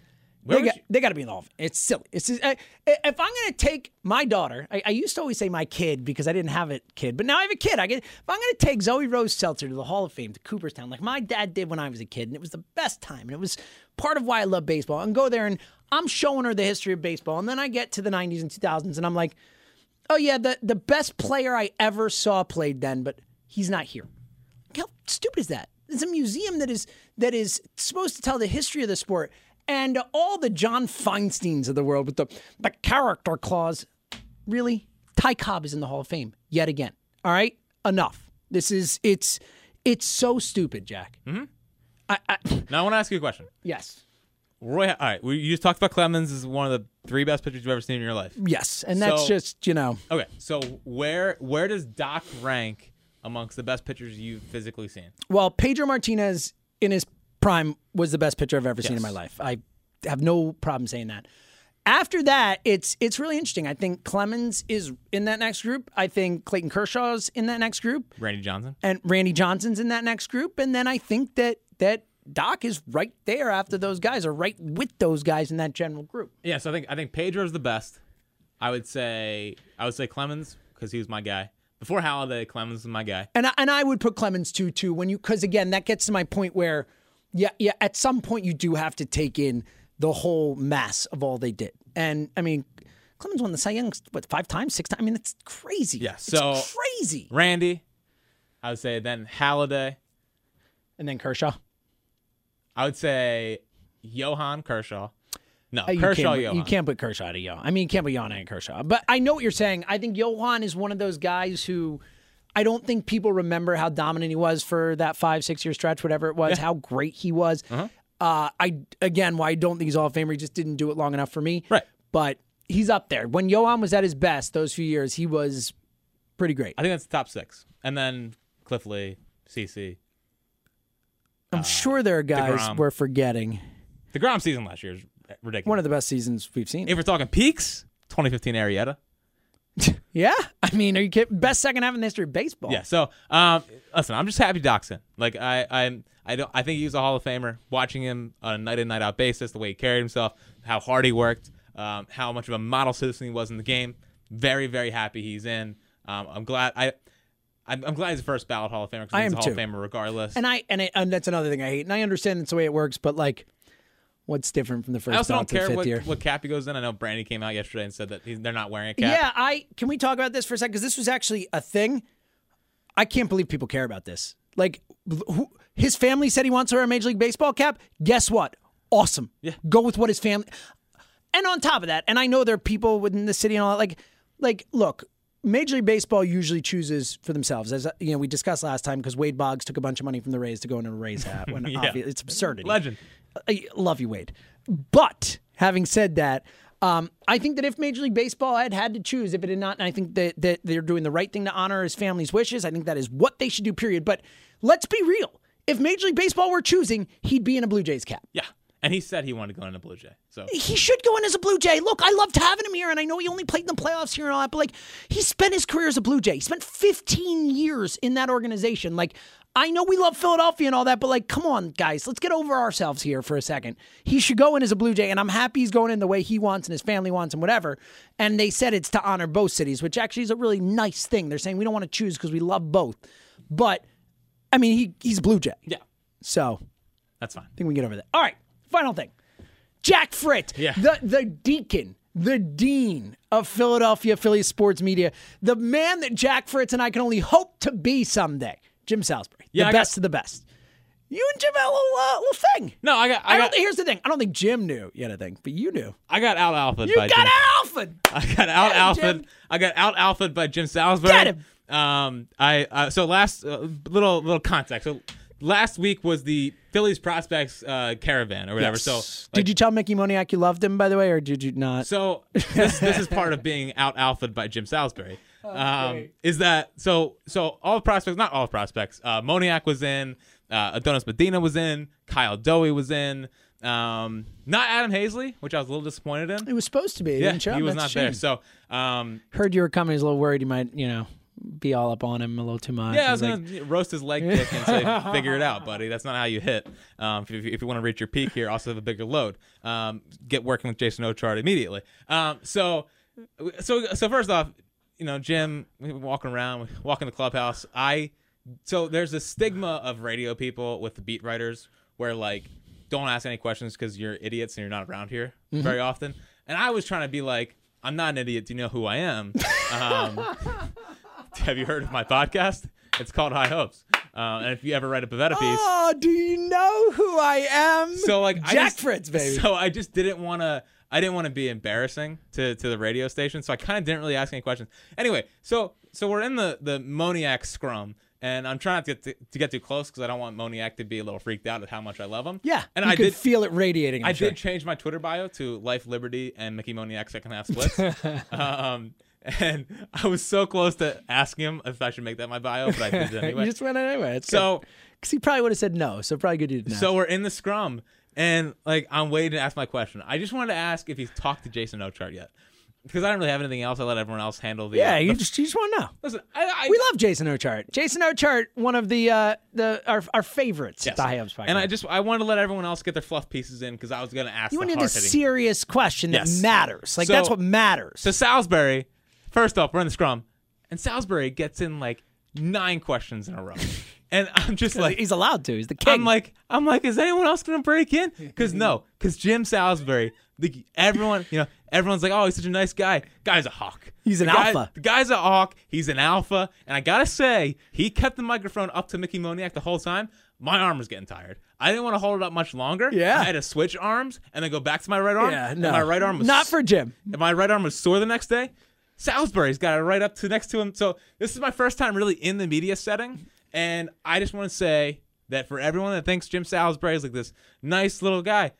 Speaker 3: They
Speaker 2: would
Speaker 3: got,
Speaker 2: you-
Speaker 3: they got to be in the Hall of Fame. It's silly. It's just, I, if I'm going to take my daughter, I, I used to always say my kid because I didn't have a kid, but now I have a kid. I get if I'm going to take Zoe Rose Seltzer to the Hall of Fame to Cooperstown, like my dad did when I was a kid, and it was the best time, and it was part of why I love baseball. And go there, and I'm showing her the history of baseball, and then I get to the 90s and 2000s, and I'm like, oh yeah, the the best player I ever saw played then, but he's not here. Like, How stupid is that? It's a museum that is that is supposed to tell the history of the sport, and all the John Feinstein's of the world with the the character clause. Really, Ty Cobb is in the Hall of Fame yet again. All right, enough. This is it's it's so stupid, Jack. Mm-hmm. I, I
Speaker 2: Now I want to ask you a question.
Speaker 3: yes,
Speaker 2: Roy, all right, we, you just talked about Clemens is one of the three best pitchers you've ever seen in your life.
Speaker 3: yes, and that's
Speaker 2: So-
Speaker 3: just you know
Speaker 2: Okay, so where where does Doc rank amongst the best pitchers you've physically seen?
Speaker 3: Well, Pedro Martinez in his prime was the best pitcher I've ever seen in my life. I have no problem saying that. After that, it's it's really interesting. I think Clemens is in that next group. I think Clayton Kershaw's in that next group,
Speaker 2: Randy Johnson?
Speaker 3: and Randy Johnson's in that next group. And then I think that that Doc is right there after those guys, or right with those guys in that general group.
Speaker 2: Yeah, so I think I think Pedro's the best. I would say I would say Clemens because he was my guy before Halliday. Clemens was my guy.
Speaker 3: And I, and I would put Clemens too too when you because again that gets to my point where yeah yeah at some point you do have to take in the whole mass of all they did and I mean Clemens won the Cy Young what five times six times I mean that's crazy
Speaker 2: Yeah,
Speaker 3: It's
Speaker 2: so-
Speaker 3: crazy
Speaker 2: Randy, I would say then Halliday.
Speaker 3: and then Kershaw
Speaker 2: I would say Johan Kershaw. No,
Speaker 3: Uh, you
Speaker 2: Kershaw
Speaker 3: can't,
Speaker 2: Johan.
Speaker 3: you can't put Kershaw to Johan I mean you can't put Johan and Kershaw but I know what you're saying I think Johan is one of those guys who. I don't think people remember how dominant he was for that five, six year stretch, whatever it was, how great he was.
Speaker 2: Uh-huh.
Speaker 3: Uh, I again, why I don't think he's all of famer. He just didn't do it long enough for me.
Speaker 2: Right.
Speaker 3: But he's up there. When Johan was at his best, those few years, he was pretty great.
Speaker 2: I think that's the top six, and then Cliff Lee, CC.
Speaker 3: I'm sure there are guys
Speaker 2: Uh, DeGrom.
Speaker 3: we're forgetting.
Speaker 2: The Grom season last year is ridiculous.
Speaker 3: One of the best seasons we've seen.
Speaker 2: if we're talking peaks, 2015 Arietta.
Speaker 3: yeah. I mean, are you kidding? Best second half in the history of baseball.
Speaker 2: Yeah. So, um, listen, I'm just happy Doc's in. Like, I, I'm, I don't, I think he's a Hall of Famer. Watching him on a night in, night out basis, the way he carried himself, how hard he worked, um, how much of a model citizen he was in the game. Very, very happy he's in. Um, I'm glad. I, I'm, I'm glad he's the first ballot Hall of Famer. 'cause
Speaker 3: I
Speaker 2: he's
Speaker 3: am
Speaker 2: a Hall of
Speaker 3: too.
Speaker 2: Famer regardless.
Speaker 3: And I and, it, and that's another thing I hate. And I understand that's the way it works, but like, what's different from the first
Speaker 2: I also don't
Speaker 3: ballot to the
Speaker 2: care
Speaker 3: fifth
Speaker 2: what,
Speaker 3: year?
Speaker 2: what cap he goes in. I know Brandy came out yesterday and said that he's, they're not wearing a cap.
Speaker 3: Yeah, I can we talk about this for a second because this was actually a thing. I can't believe people care about this. Like, who, his family said he wants to wear a Major League Baseball cap. Guess what? Awesome. Yeah. Go with what his family. And on top of that, and I know there are people within the city and all that. Like, like look, Major League Baseball usually chooses for themselves, as uh, you know we discussed last time, because Wade Boggs took a bunch of money from the Rays to go into a Rays hat. When obvi- it's absurdity.
Speaker 2: Legend.
Speaker 3: I love you, Wade. But having said that, um, I think that if Major League Baseball had had to choose, if it had not, and I think that, that they're doing the right thing to honor his family's wishes. I think that is what they should do, period. But let's be real. If Major League Baseball were choosing, he'd be in a Blue Jays cap.
Speaker 2: Yeah. And he said he wanted to go in a Blue Jay. So
Speaker 3: He should go in as a Blue Jay. Look, I loved having him here, and I know he only played in the playoffs here and all that, but like, he spent his career as a Blue Jay. He spent 15 years in that organization. Like, I know we love Philadelphia and all that, but like, come on, guys, let's get over ourselves here for a second. He should go in as a Blue Jay, and I'm happy he's going in the way he wants and his family wants and whatever. And they said it's to honor both cities, which actually is a really nice thing. They're saying we don't want to choose because we love both. But, I mean, he, he's a Blue Jay.
Speaker 2: yeah,
Speaker 3: So
Speaker 2: that's fine.
Speaker 3: think we can get over that. All right, final thing. Jack Fritt,
Speaker 2: Yeah.
Speaker 3: the the deacon, the dean of Philadelphia Phillies sports media, the man that Jack Fritz and I can only hope to be someday. Jim Salisbury,
Speaker 2: Yeah,
Speaker 3: the
Speaker 2: I got-
Speaker 3: best of the best. You and Jim had a little, uh, little thing.
Speaker 2: No, I got,
Speaker 3: I,
Speaker 2: I,
Speaker 3: don't.
Speaker 2: got,
Speaker 3: think here's the thing. I don't think Jim knew yet. I think, but you knew.
Speaker 2: I got out alpha.
Speaker 3: You got Alfred.
Speaker 2: I got out
Speaker 3: Jim.
Speaker 2: alphaed. I got out alphaed by Jim Salisbury.
Speaker 3: Get him.
Speaker 2: Um, I uh, so last uh, little little context. So last week was the Phillies prospects uh, caravan or whatever. So like,
Speaker 3: did you tell Mickey Moniak you loved him, by the way, or did you not?
Speaker 2: so this this is part of being out alphaed by Jim Salisbury.
Speaker 3: Oh,
Speaker 2: Um, is that so? So all prospects, not all prospects. Uh, Moniac was in. Uh, Adonis Medina was in. Kyle Dowie was in. Um, not Adam Hazley, which I was a little disappointed in.
Speaker 3: It was supposed to be. It
Speaker 2: Yeah,
Speaker 3: didn't show
Speaker 2: he
Speaker 3: up.
Speaker 2: was
Speaker 3: That's
Speaker 2: not
Speaker 3: a
Speaker 2: there.
Speaker 3: shame.
Speaker 2: So um,
Speaker 3: Heard you were coming. He was a little worried. You might, you know, be all up on him a little too much.
Speaker 2: Yeah, I was
Speaker 3: He's like,
Speaker 2: gonna roast his leg kick and say, "Figure it out, buddy. That's not how you hit. Um, if, if, if you want to reach your peak here, also have a bigger load. Um, get working with Jason Ochard immediately." Um, so, so, so first off, you know, Jim we were walking around, walking the clubhouse. I so there's a stigma of radio people with the beat writers where like don't ask any questions because you're idiots and you're not around here very often. And I was trying to be like, I'm not an idiot. Do you know who I am? Um, have you heard of my podcast? It's called High Hopes. Uh, and if you ever write a Pavetta piece,
Speaker 3: Oh, do you know who I am?
Speaker 2: so like I
Speaker 3: Jack
Speaker 2: just-
Speaker 3: Fritz, baby.
Speaker 2: So I just didn't want to. I didn't want to be embarrassing to, to the radio station, so I kind of didn't really ask any questions. Anyway, so so we're in the the Moniac scrum, and I'm trying not to get to, to get too close because I don't want Moniac to be a little freaked out at how much I love him.
Speaker 3: yeah,
Speaker 2: and
Speaker 3: you
Speaker 2: I
Speaker 3: could
Speaker 2: did
Speaker 3: feel it radiating. I'm
Speaker 2: I
Speaker 3: sure.
Speaker 2: did change my Twitter bio to Life, Liberty, and Mickey Moniac second half splits. um, and I was so close to asking him if I should make that my bio, but I did it
Speaker 3: you
Speaker 2: anyway.
Speaker 3: just went anyway. It's
Speaker 2: so
Speaker 3: because he probably would have said no, so probably good you didn't. ask.
Speaker 2: so we're in the scrum, and like I'm waiting to ask my question. I just wanted to ask if he's talked to Jason Ochart yet, because I don't really have anything else. I let everyone else handle the
Speaker 3: yeah,
Speaker 2: the-
Speaker 3: you just you just want to know.
Speaker 2: listen. I, I
Speaker 3: We love Jason Ochart. Jason Ochart, one of the uh, the our, our favorites at the High Ups podcast.
Speaker 2: and I just I wanted to let everyone else get their fluff pieces in because I was gonna ask
Speaker 3: you
Speaker 2: the
Speaker 3: went into
Speaker 2: hard hitting.
Speaker 3: serious question that
Speaker 2: Yes.
Speaker 3: matters. Like
Speaker 2: So-
Speaker 3: that's what matters.
Speaker 2: So Salisbury, first off, we're in the scrum, and Salisbury gets in like nine questions in a row, and I'm just like
Speaker 3: He's allowed to. He's the king.
Speaker 2: I'm like, I'm like, is anyone else gonna break in? Because no, because Jim Salisbury, the, everyone, you know, everyone's like, oh, he's such a nice guy. Guy's a hawk.
Speaker 3: He's an
Speaker 2: The guy-
Speaker 3: alpha.
Speaker 2: The guy's a hawk. He's an alpha. And I gotta say, he kept the microphone up to Mickey Moniak the whole time. My arm was getting tired. I didn't want to hold it up much longer.
Speaker 3: Yeah.
Speaker 2: I had to switch arms and then go back to my right arm.
Speaker 3: yeah,
Speaker 2: and
Speaker 3: no.
Speaker 2: my right arm was
Speaker 3: not for Jim.
Speaker 2: and my right arm was sore the next day. Salisbury's got it right up to next to him. So this is my first time really in the media setting, and I just want to say that for everyone that thinks Jim Salisbury is like this nice little guy,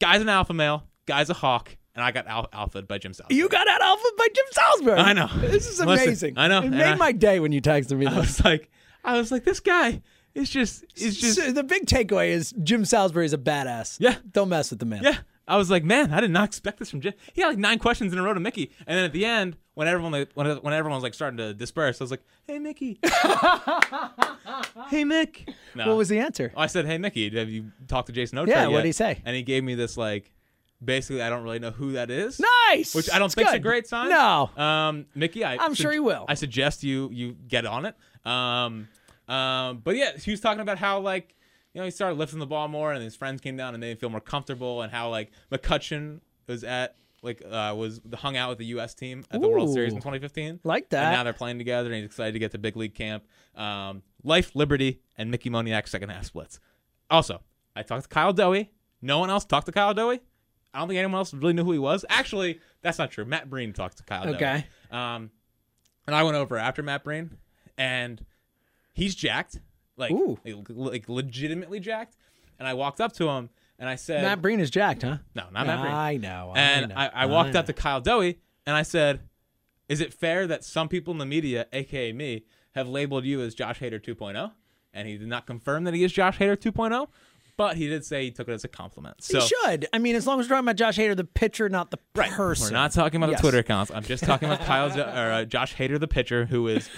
Speaker 2: guy's an alpha male, guy's a hawk, and I got al- alphaed by Jim Salisbury.
Speaker 3: You got out alpha by Jim Salisbury.
Speaker 2: I know.
Speaker 3: This is
Speaker 2: Listen,
Speaker 3: amazing.
Speaker 2: I know,
Speaker 3: It
Speaker 2: and
Speaker 3: made
Speaker 2: I-
Speaker 3: my day when you texted me.
Speaker 2: I
Speaker 3: This.
Speaker 2: was like, I was like, this guy is just, is just,
Speaker 3: So the big takeaway is Jim Salisbury is a badass.
Speaker 2: Yeah.
Speaker 3: Don't mess with the man.
Speaker 2: yeah. I was like, man, I did not expect this from Jim. He had like nine questions in a row to Mickey, and then at the end, when everyone when, when everyone was like starting to disperse, I was like, hey Mickey, hey Mick. No.
Speaker 3: What was the answer?
Speaker 2: I said, "Hey, Mickey, have you talked to Jason Ochoa?"
Speaker 3: Yeah,
Speaker 2: yet?"
Speaker 3: what'd he say?
Speaker 2: And he gave me this like, basically, I don't really know who that is.
Speaker 3: nice.
Speaker 2: Which I don't
Speaker 3: It's
Speaker 2: think is a
Speaker 3: good.
Speaker 2: great sign.
Speaker 3: No.
Speaker 2: um, Mickey, I
Speaker 3: I'm sure he will.
Speaker 2: I suggest you you get on it. Um, um, but yeah, he was talking about how like you know he started lifting the ball more, and his friends came down and made him feel more comfortable, and how like McCutcheon was at like uh, was hung out with the U.S. team at the World
Speaker 3: Ooh.
Speaker 2: Series in 2015.
Speaker 3: Like
Speaker 2: And
Speaker 3: that.
Speaker 2: now they're playing together, and he's excited to get to big league camp. Um, Life, Liberty, and Mickey Moniak second half splits. Also, I talked to Kyle Dowie. No one else talked to Kyle Dowie. I don't think anyone else really knew who he was. Actually, that's not true. Matt Breen talked to Kyle. Dowie.
Speaker 3: Okay.
Speaker 2: Um, and I went over after Matt Breen, and he's jacked, like,
Speaker 3: Ooh.
Speaker 2: like, like legitimately jacked. And I walked up to him and I said,
Speaker 3: Matt Breen is jacked, huh?
Speaker 2: "No, not Matt Breen."
Speaker 3: I know.
Speaker 2: and
Speaker 3: know,
Speaker 2: I, I walked
Speaker 3: know.
Speaker 2: up to Kyle Dowie and I said, "Is it fair that some people in the media, aka me, have labeled you as Josh Hader 2.0?" And he did not confirm that he is Josh Hader 2.0, but he did say he took it as a compliment. So
Speaker 3: He should. I mean, as long as we're talking about Josh Hader, the pitcher, not the
Speaker 2: Right.
Speaker 3: person.
Speaker 2: We're not talking about
Speaker 3: Yes.
Speaker 2: the Twitter accounts. I'm just talking about Kyle Do- or uh, Josh Hader, the pitcher, who is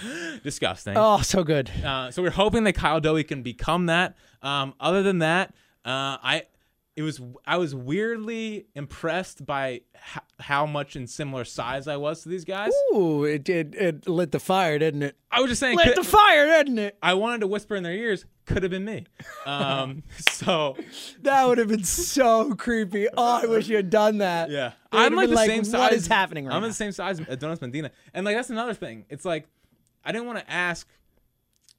Speaker 2: disgusting.
Speaker 3: Oh, so good.
Speaker 2: Uh, so we're hoping that Kyle Dowie can become that. Um, other than that, uh, I it was I was weirdly impressed by ho- how much in similar size I was to these guys.
Speaker 3: Ooh, it, it it lit the fire, didn't it?
Speaker 2: I was just saying,
Speaker 3: Lit
Speaker 2: could-
Speaker 3: the fire, didn't it?
Speaker 2: I wanted to whisper in their ears, could have been me. Um, so
Speaker 3: That would have been so creepy. Oh, I wish you had done that.
Speaker 2: yeah,
Speaker 3: They would
Speaker 2: I'm
Speaker 3: have
Speaker 2: like
Speaker 3: been
Speaker 2: the same size.
Speaker 3: What is happening right
Speaker 2: I'm
Speaker 3: now?
Speaker 2: the same size as Adonis Medina, and like that's another thing. It's like I didn't want to ask.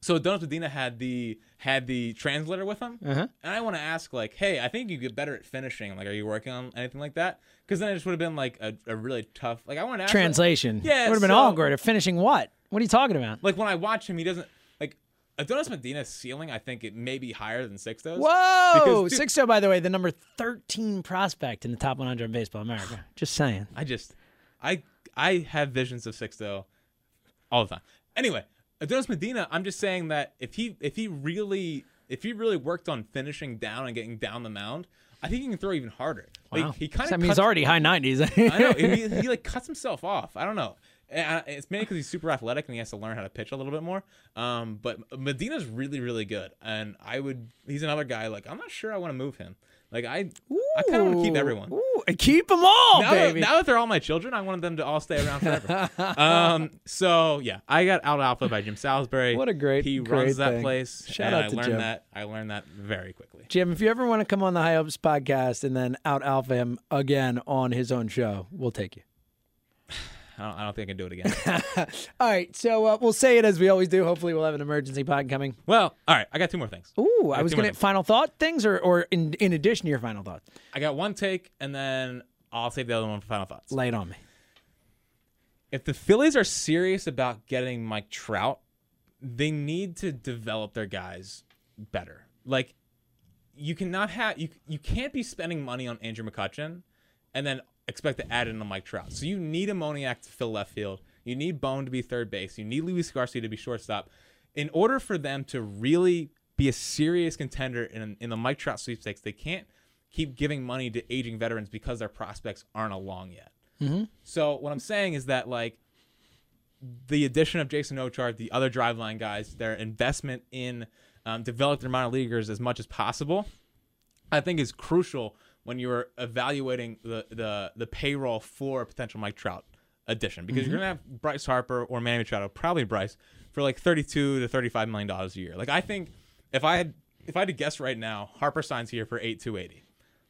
Speaker 2: So Adonis Medina had the had the translator with him,
Speaker 3: Uh-huh.
Speaker 2: and I want to ask like, hey, I think you get better at finishing. Like, are you working on anything like that? Because then it just would have been like a, a really tough. Like I want to ask like-
Speaker 3: Translation.
Speaker 2: Yeah,
Speaker 3: It would have been
Speaker 2: so-
Speaker 3: awkward. Finishing what? What are you talking about?
Speaker 2: Like when I watch him, he doesn't like Adonis Medina's ceiling. I think it may be higher than Sixto's.
Speaker 3: Whoa!
Speaker 2: Because, dude-
Speaker 3: Sixto, by the way, the number 13 prospect in the top 100 in baseball America. Just saying.
Speaker 2: I just, I, I have visions of Sixto all the time. Anyway, Adonis Medina, I'm just saying that if he, if he really, if he really worked on finishing down and getting down the mound, I think he can throw even harder. Like,
Speaker 3: Wow.
Speaker 2: He kind
Speaker 3: I
Speaker 2: of.
Speaker 3: mean, he's already high 90s.
Speaker 2: I know. He, he like cuts himself off. I don't know. And I- It's mainly because he's super athletic and he has to learn how to pitch a little bit more. Um, but Medina's really, really good, and I would. He's another guy. Like I'm not sure I want to move him. Like I, I kind of want to keep
Speaker 3: Ooh.
Speaker 2: everyone
Speaker 3: Ooh, and keep them all,
Speaker 2: now, that,
Speaker 3: baby.
Speaker 2: now that they're all my children, I wanted them to all stay around forever. um, so yeah, I got out alpha by Jim Salisbury.
Speaker 3: What a great-
Speaker 2: he
Speaker 3: great
Speaker 2: runs that
Speaker 3: thing.
Speaker 2: place.
Speaker 3: Shout
Speaker 2: and
Speaker 3: out
Speaker 2: I
Speaker 3: to
Speaker 2: learned
Speaker 3: Jim.
Speaker 2: that. I learned that very quickly.
Speaker 3: Jim, if you ever want to come on the High Ups podcast and then out alpha him again on his own show, we'll take you.
Speaker 2: I don't, I don't think I can do it again.
Speaker 3: All right, so uh, we'll say it as we always do. Hopefully, we'll have an emergency pod coming.
Speaker 2: well, all right, I got two more things.
Speaker 3: Ooh, I was
Speaker 2: two more
Speaker 3: going to
Speaker 2: things.
Speaker 3: final thought things, or or in in addition to your final thoughts,
Speaker 2: I got one take, and then I'll save the other one for final thoughts.
Speaker 3: lay it on me.
Speaker 2: If the Phillies are serious about getting Mike Trout, they need to develop their guys better. Like you cannot have you you can't be spending money on Andrew McCutcheon and then expect to add in a Mike Trout. So you need a Moniac to fill left field. You need Bone to be third base. You need Luis Garcia to be shortstop. In order for them to really be a serious contender in in the Mike Trout sweepstakes, they can't keep giving money to aging veterans because their prospects aren't along yet. So what I'm saying is that like the addition of Jason Ochard, the other driveline guys, their investment in um, develop their minor leaguers as much as possible, I think is crucial when you're evaluating the the the payroll for a potential Mike Trout addition because you're gonna
Speaker 3: Mm-hmm.
Speaker 2: have Bryce Harper or Manny Machado, probably Bryce, for like 32 to 35 million dollars a year. Like I think if I had if I had to guess right now, Harper signs here for eight to eighty.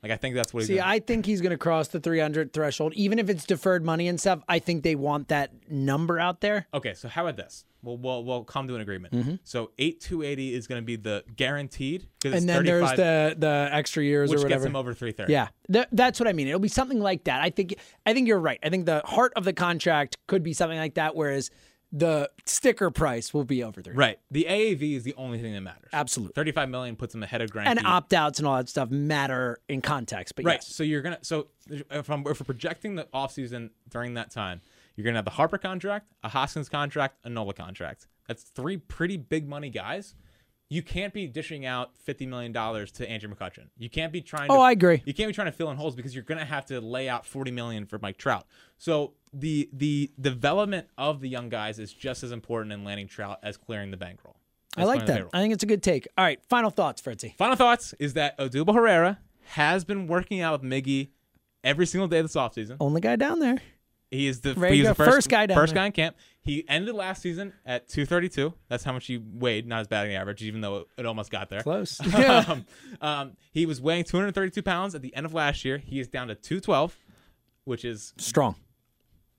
Speaker 2: Like I think that's what he's
Speaker 3: See,
Speaker 2: gonna-
Speaker 3: I think he's going to cross the 300 threshold, even if it's deferred money and stuff. I think they want that number out there.
Speaker 2: Okay, so how about this? We'll we'll, we'll come to an agreement. So eight two eighty is going to be the guaranteed, 'cause it's
Speaker 3: Mm-hmm. And then
Speaker 2: 35,
Speaker 3: there's the the extra years
Speaker 2: which
Speaker 3: or
Speaker 2: gets
Speaker 3: whatever.
Speaker 2: him over three thirty.
Speaker 3: yeah, Th- that's what I mean. It'll be something like that. I think I think you're right. I think the heart of the contract could be something like that, whereas the sticker price will be over three.
Speaker 2: right. The AAV is the only thing that matters.
Speaker 3: Absolutely.
Speaker 2: thirty five million puts him ahead of Granky.
Speaker 3: And opt outs and all that stuff matter in context. But
Speaker 2: right.
Speaker 3: yes,
Speaker 2: So you're gonna so if I'm if we're projecting the offseason during that time, you're gonna have the Harper contract, a Hoskins contract, a Nola contract. That's three pretty big money guys. You can't be dishing out fifty million dollars to Andrew McCutcheon. You can't be trying. To,
Speaker 3: Oh, I agree.
Speaker 2: You can't be trying to fill in holes because you're going to have to lay out 40 million for Mike Trout. So the the development of the young guys is just as important in landing Trout as clearing the bankroll.
Speaker 3: I
Speaker 2: As
Speaker 3: like
Speaker 2: clearing the
Speaker 3: that.
Speaker 2: payroll.
Speaker 3: I think it's a good take. All right, final thoughts, Fritzy.
Speaker 2: Final thoughts is that Odubel Herrera has been working out with Miggy every single day this offseason.
Speaker 3: Only guy down there.
Speaker 2: He is the,
Speaker 3: Ready
Speaker 2: he's
Speaker 3: to
Speaker 2: the
Speaker 3: go.
Speaker 2: first,
Speaker 3: First guy down
Speaker 2: first
Speaker 3: there.
Speaker 2: guy in camp. He ended last season at 232. That's how much he weighed, not his batting average, even though it, it almost got there.
Speaker 3: Close.
Speaker 2: um, um, he was weighing 232 pounds at the end of last year. He is down to 212, which is
Speaker 3: Strong.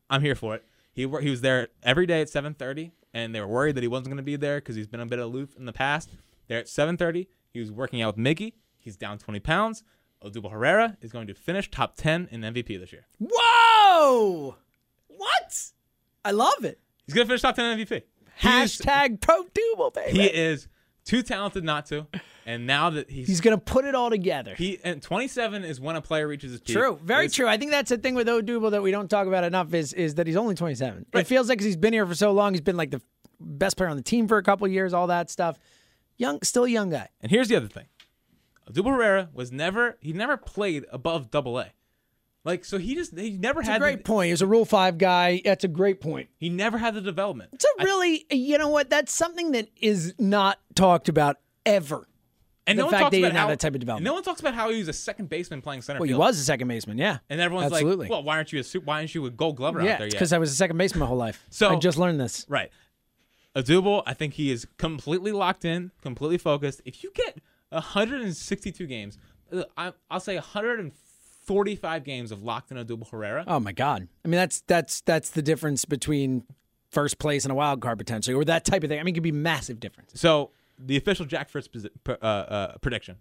Speaker 2: I'm here for it. He wor- he was there every day at 7:30, and they were worried that he wasn't going to be there because he's been a bit aloof in the past. There at 7:30, he was working out with Mickey. He's down 20 pounds. Odubel Herrera is going to finish top 10 in MVP this year.
Speaker 3: Whoa! What? I love it.
Speaker 2: He's going to finish top 10 in MVP. He is-
Speaker 3: Hashtag Pro Duble, baby.
Speaker 2: he is too talented not to, and now that he's,
Speaker 3: He's gonna put it all together.
Speaker 2: he and 27 is when a player reaches his peak.
Speaker 3: true, very
Speaker 2: It's-
Speaker 3: true. I think that's the thing with Odubel that we don't talk about enough is is that he's only 27. It feels like 'cause he's been here for so long, he's been like the best player on the team for a couple years, all that stuff. Young, still a young guy.
Speaker 2: And here's the other thing. Odubel Herrera was never he never played above double A. Like so he just he never
Speaker 3: That's
Speaker 2: had
Speaker 3: a great
Speaker 2: the,
Speaker 3: point. He's a Rule Five guy. That's a great point.
Speaker 2: he never had the development.
Speaker 3: It's a really, you know what? That's something that is not talked about ever.
Speaker 2: And
Speaker 3: the
Speaker 2: no one
Speaker 3: fact
Speaker 2: talks
Speaker 3: that he
Speaker 2: about
Speaker 3: didn't have
Speaker 2: how-
Speaker 3: that type of development.
Speaker 2: No one talks about how he was a second baseman playing center
Speaker 3: Well, he
Speaker 2: field.
Speaker 3: was a second baseman, yeah.
Speaker 2: And everyone's
Speaker 3: Absolutely.
Speaker 2: like, "Well, why aren't you a su- why aren't you a Gold Glover out
Speaker 3: yeah, uh,
Speaker 2: there yet?"
Speaker 3: because I was a second baseman my whole life.
Speaker 2: So-
Speaker 3: I just learned this.
Speaker 2: Right. Odubel, I think he is completely locked in, completely focused. If you get 162 games, uh, I, I'll say 145 games of locked in Odubel Herrera.
Speaker 3: Oh my god! I mean, that's that's that's the difference between first place and a wild card potentially, or that type of thing. I mean, it could be massive difference.
Speaker 2: So the official Jack Fritz posi- pr- uh, uh, prediction: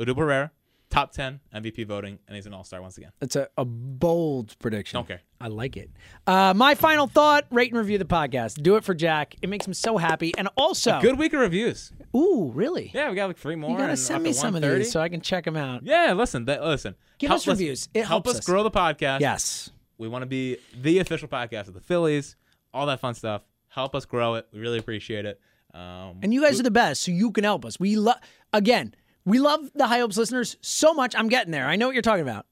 Speaker 2: Odubel Herrera, top ten MVP voting, and he's an All Star once again.
Speaker 3: It's a, a bold prediction.
Speaker 2: Okay.
Speaker 3: I like it. Uh, my final thought: rate and review the podcast. Do it for Jack. It makes him so happy, and also,
Speaker 2: Good week of reviews.
Speaker 3: ooh, really?
Speaker 2: Yeah, we got like three more.
Speaker 3: You gotta
Speaker 2: and
Speaker 3: send
Speaker 2: up
Speaker 3: me
Speaker 2: to
Speaker 3: some of
Speaker 2: 130.
Speaker 3: these so I can check them out.
Speaker 2: yeah, listen, that, listen.
Speaker 3: Give us reviews. It
Speaker 2: help
Speaker 3: helps
Speaker 2: us
Speaker 3: us.
Speaker 2: grow the podcast.
Speaker 3: Yes.
Speaker 2: we want to be the official podcast of the Phillies. All that fun stuff. Help us grow it. We really appreciate it. Um,
Speaker 3: And you guys are the best, so you can help us. We love again, we love the high hopes listeners so much. I'm getting there. I know what you're talking about.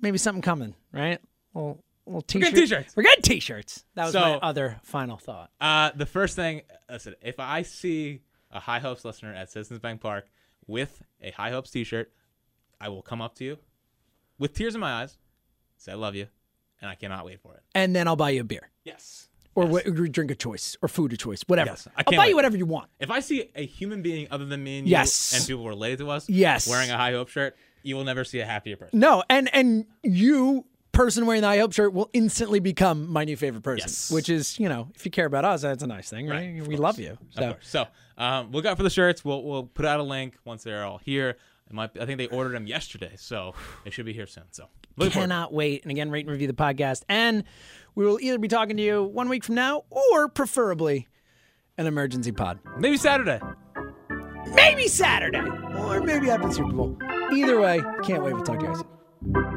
Speaker 3: Maybe something coming, right? Little, little t-shirt.
Speaker 2: t-shirts.
Speaker 3: We're getting t-shirts. That was my
Speaker 2: So-
Speaker 3: other final thought.
Speaker 2: Uh, the first thing, listen, if I see a High Hopes listener at Citizens Bank Park with a High Hopes T-shirt, I will come up to you with tears in my eyes, say I love you, and I cannot wait for it.
Speaker 3: And then I'll buy you a beer
Speaker 2: Yes.
Speaker 3: or wh- or drink of choice or food of choice, whatever.
Speaker 2: Yes, I
Speaker 3: will
Speaker 2: can't
Speaker 3: buy
Speaker 2: wait.
Speaker 3: you whatever you want.
Speaker 2: If I see a human being other than me and
Speaker 3: Yes.
Speaker 2: you and people related to us
Speaker 3: Yes.
Speaker 2: wearing a High Hope shirt, you will never see a happier person.
Speaker 3: No, and and you person wearing the high hope shirt will instantly become my new favorite person,
Speaker 2: Yes.
Speaker 3: which is, you know, if you care about us, that's a nice thing, right? we love you.
Speaker 2: Of
Speaker 3: So
Speaker 2: course. So um, look out for the shirts. We'll we'll put out a link once they're all here. It might, I think they ordered them yesterday, so they should be here soon. So look for it.
Speaker 3: cannot wait. And again, rate and review the podcast. And we will either be talking to you one week from now or preferably an emergency pod.
Speaker 2: maybe Saturday.
Speaker 3: Maybe Saturday or maybe after the Super Bowl. Either way, can't wait. We'll talk to you guys.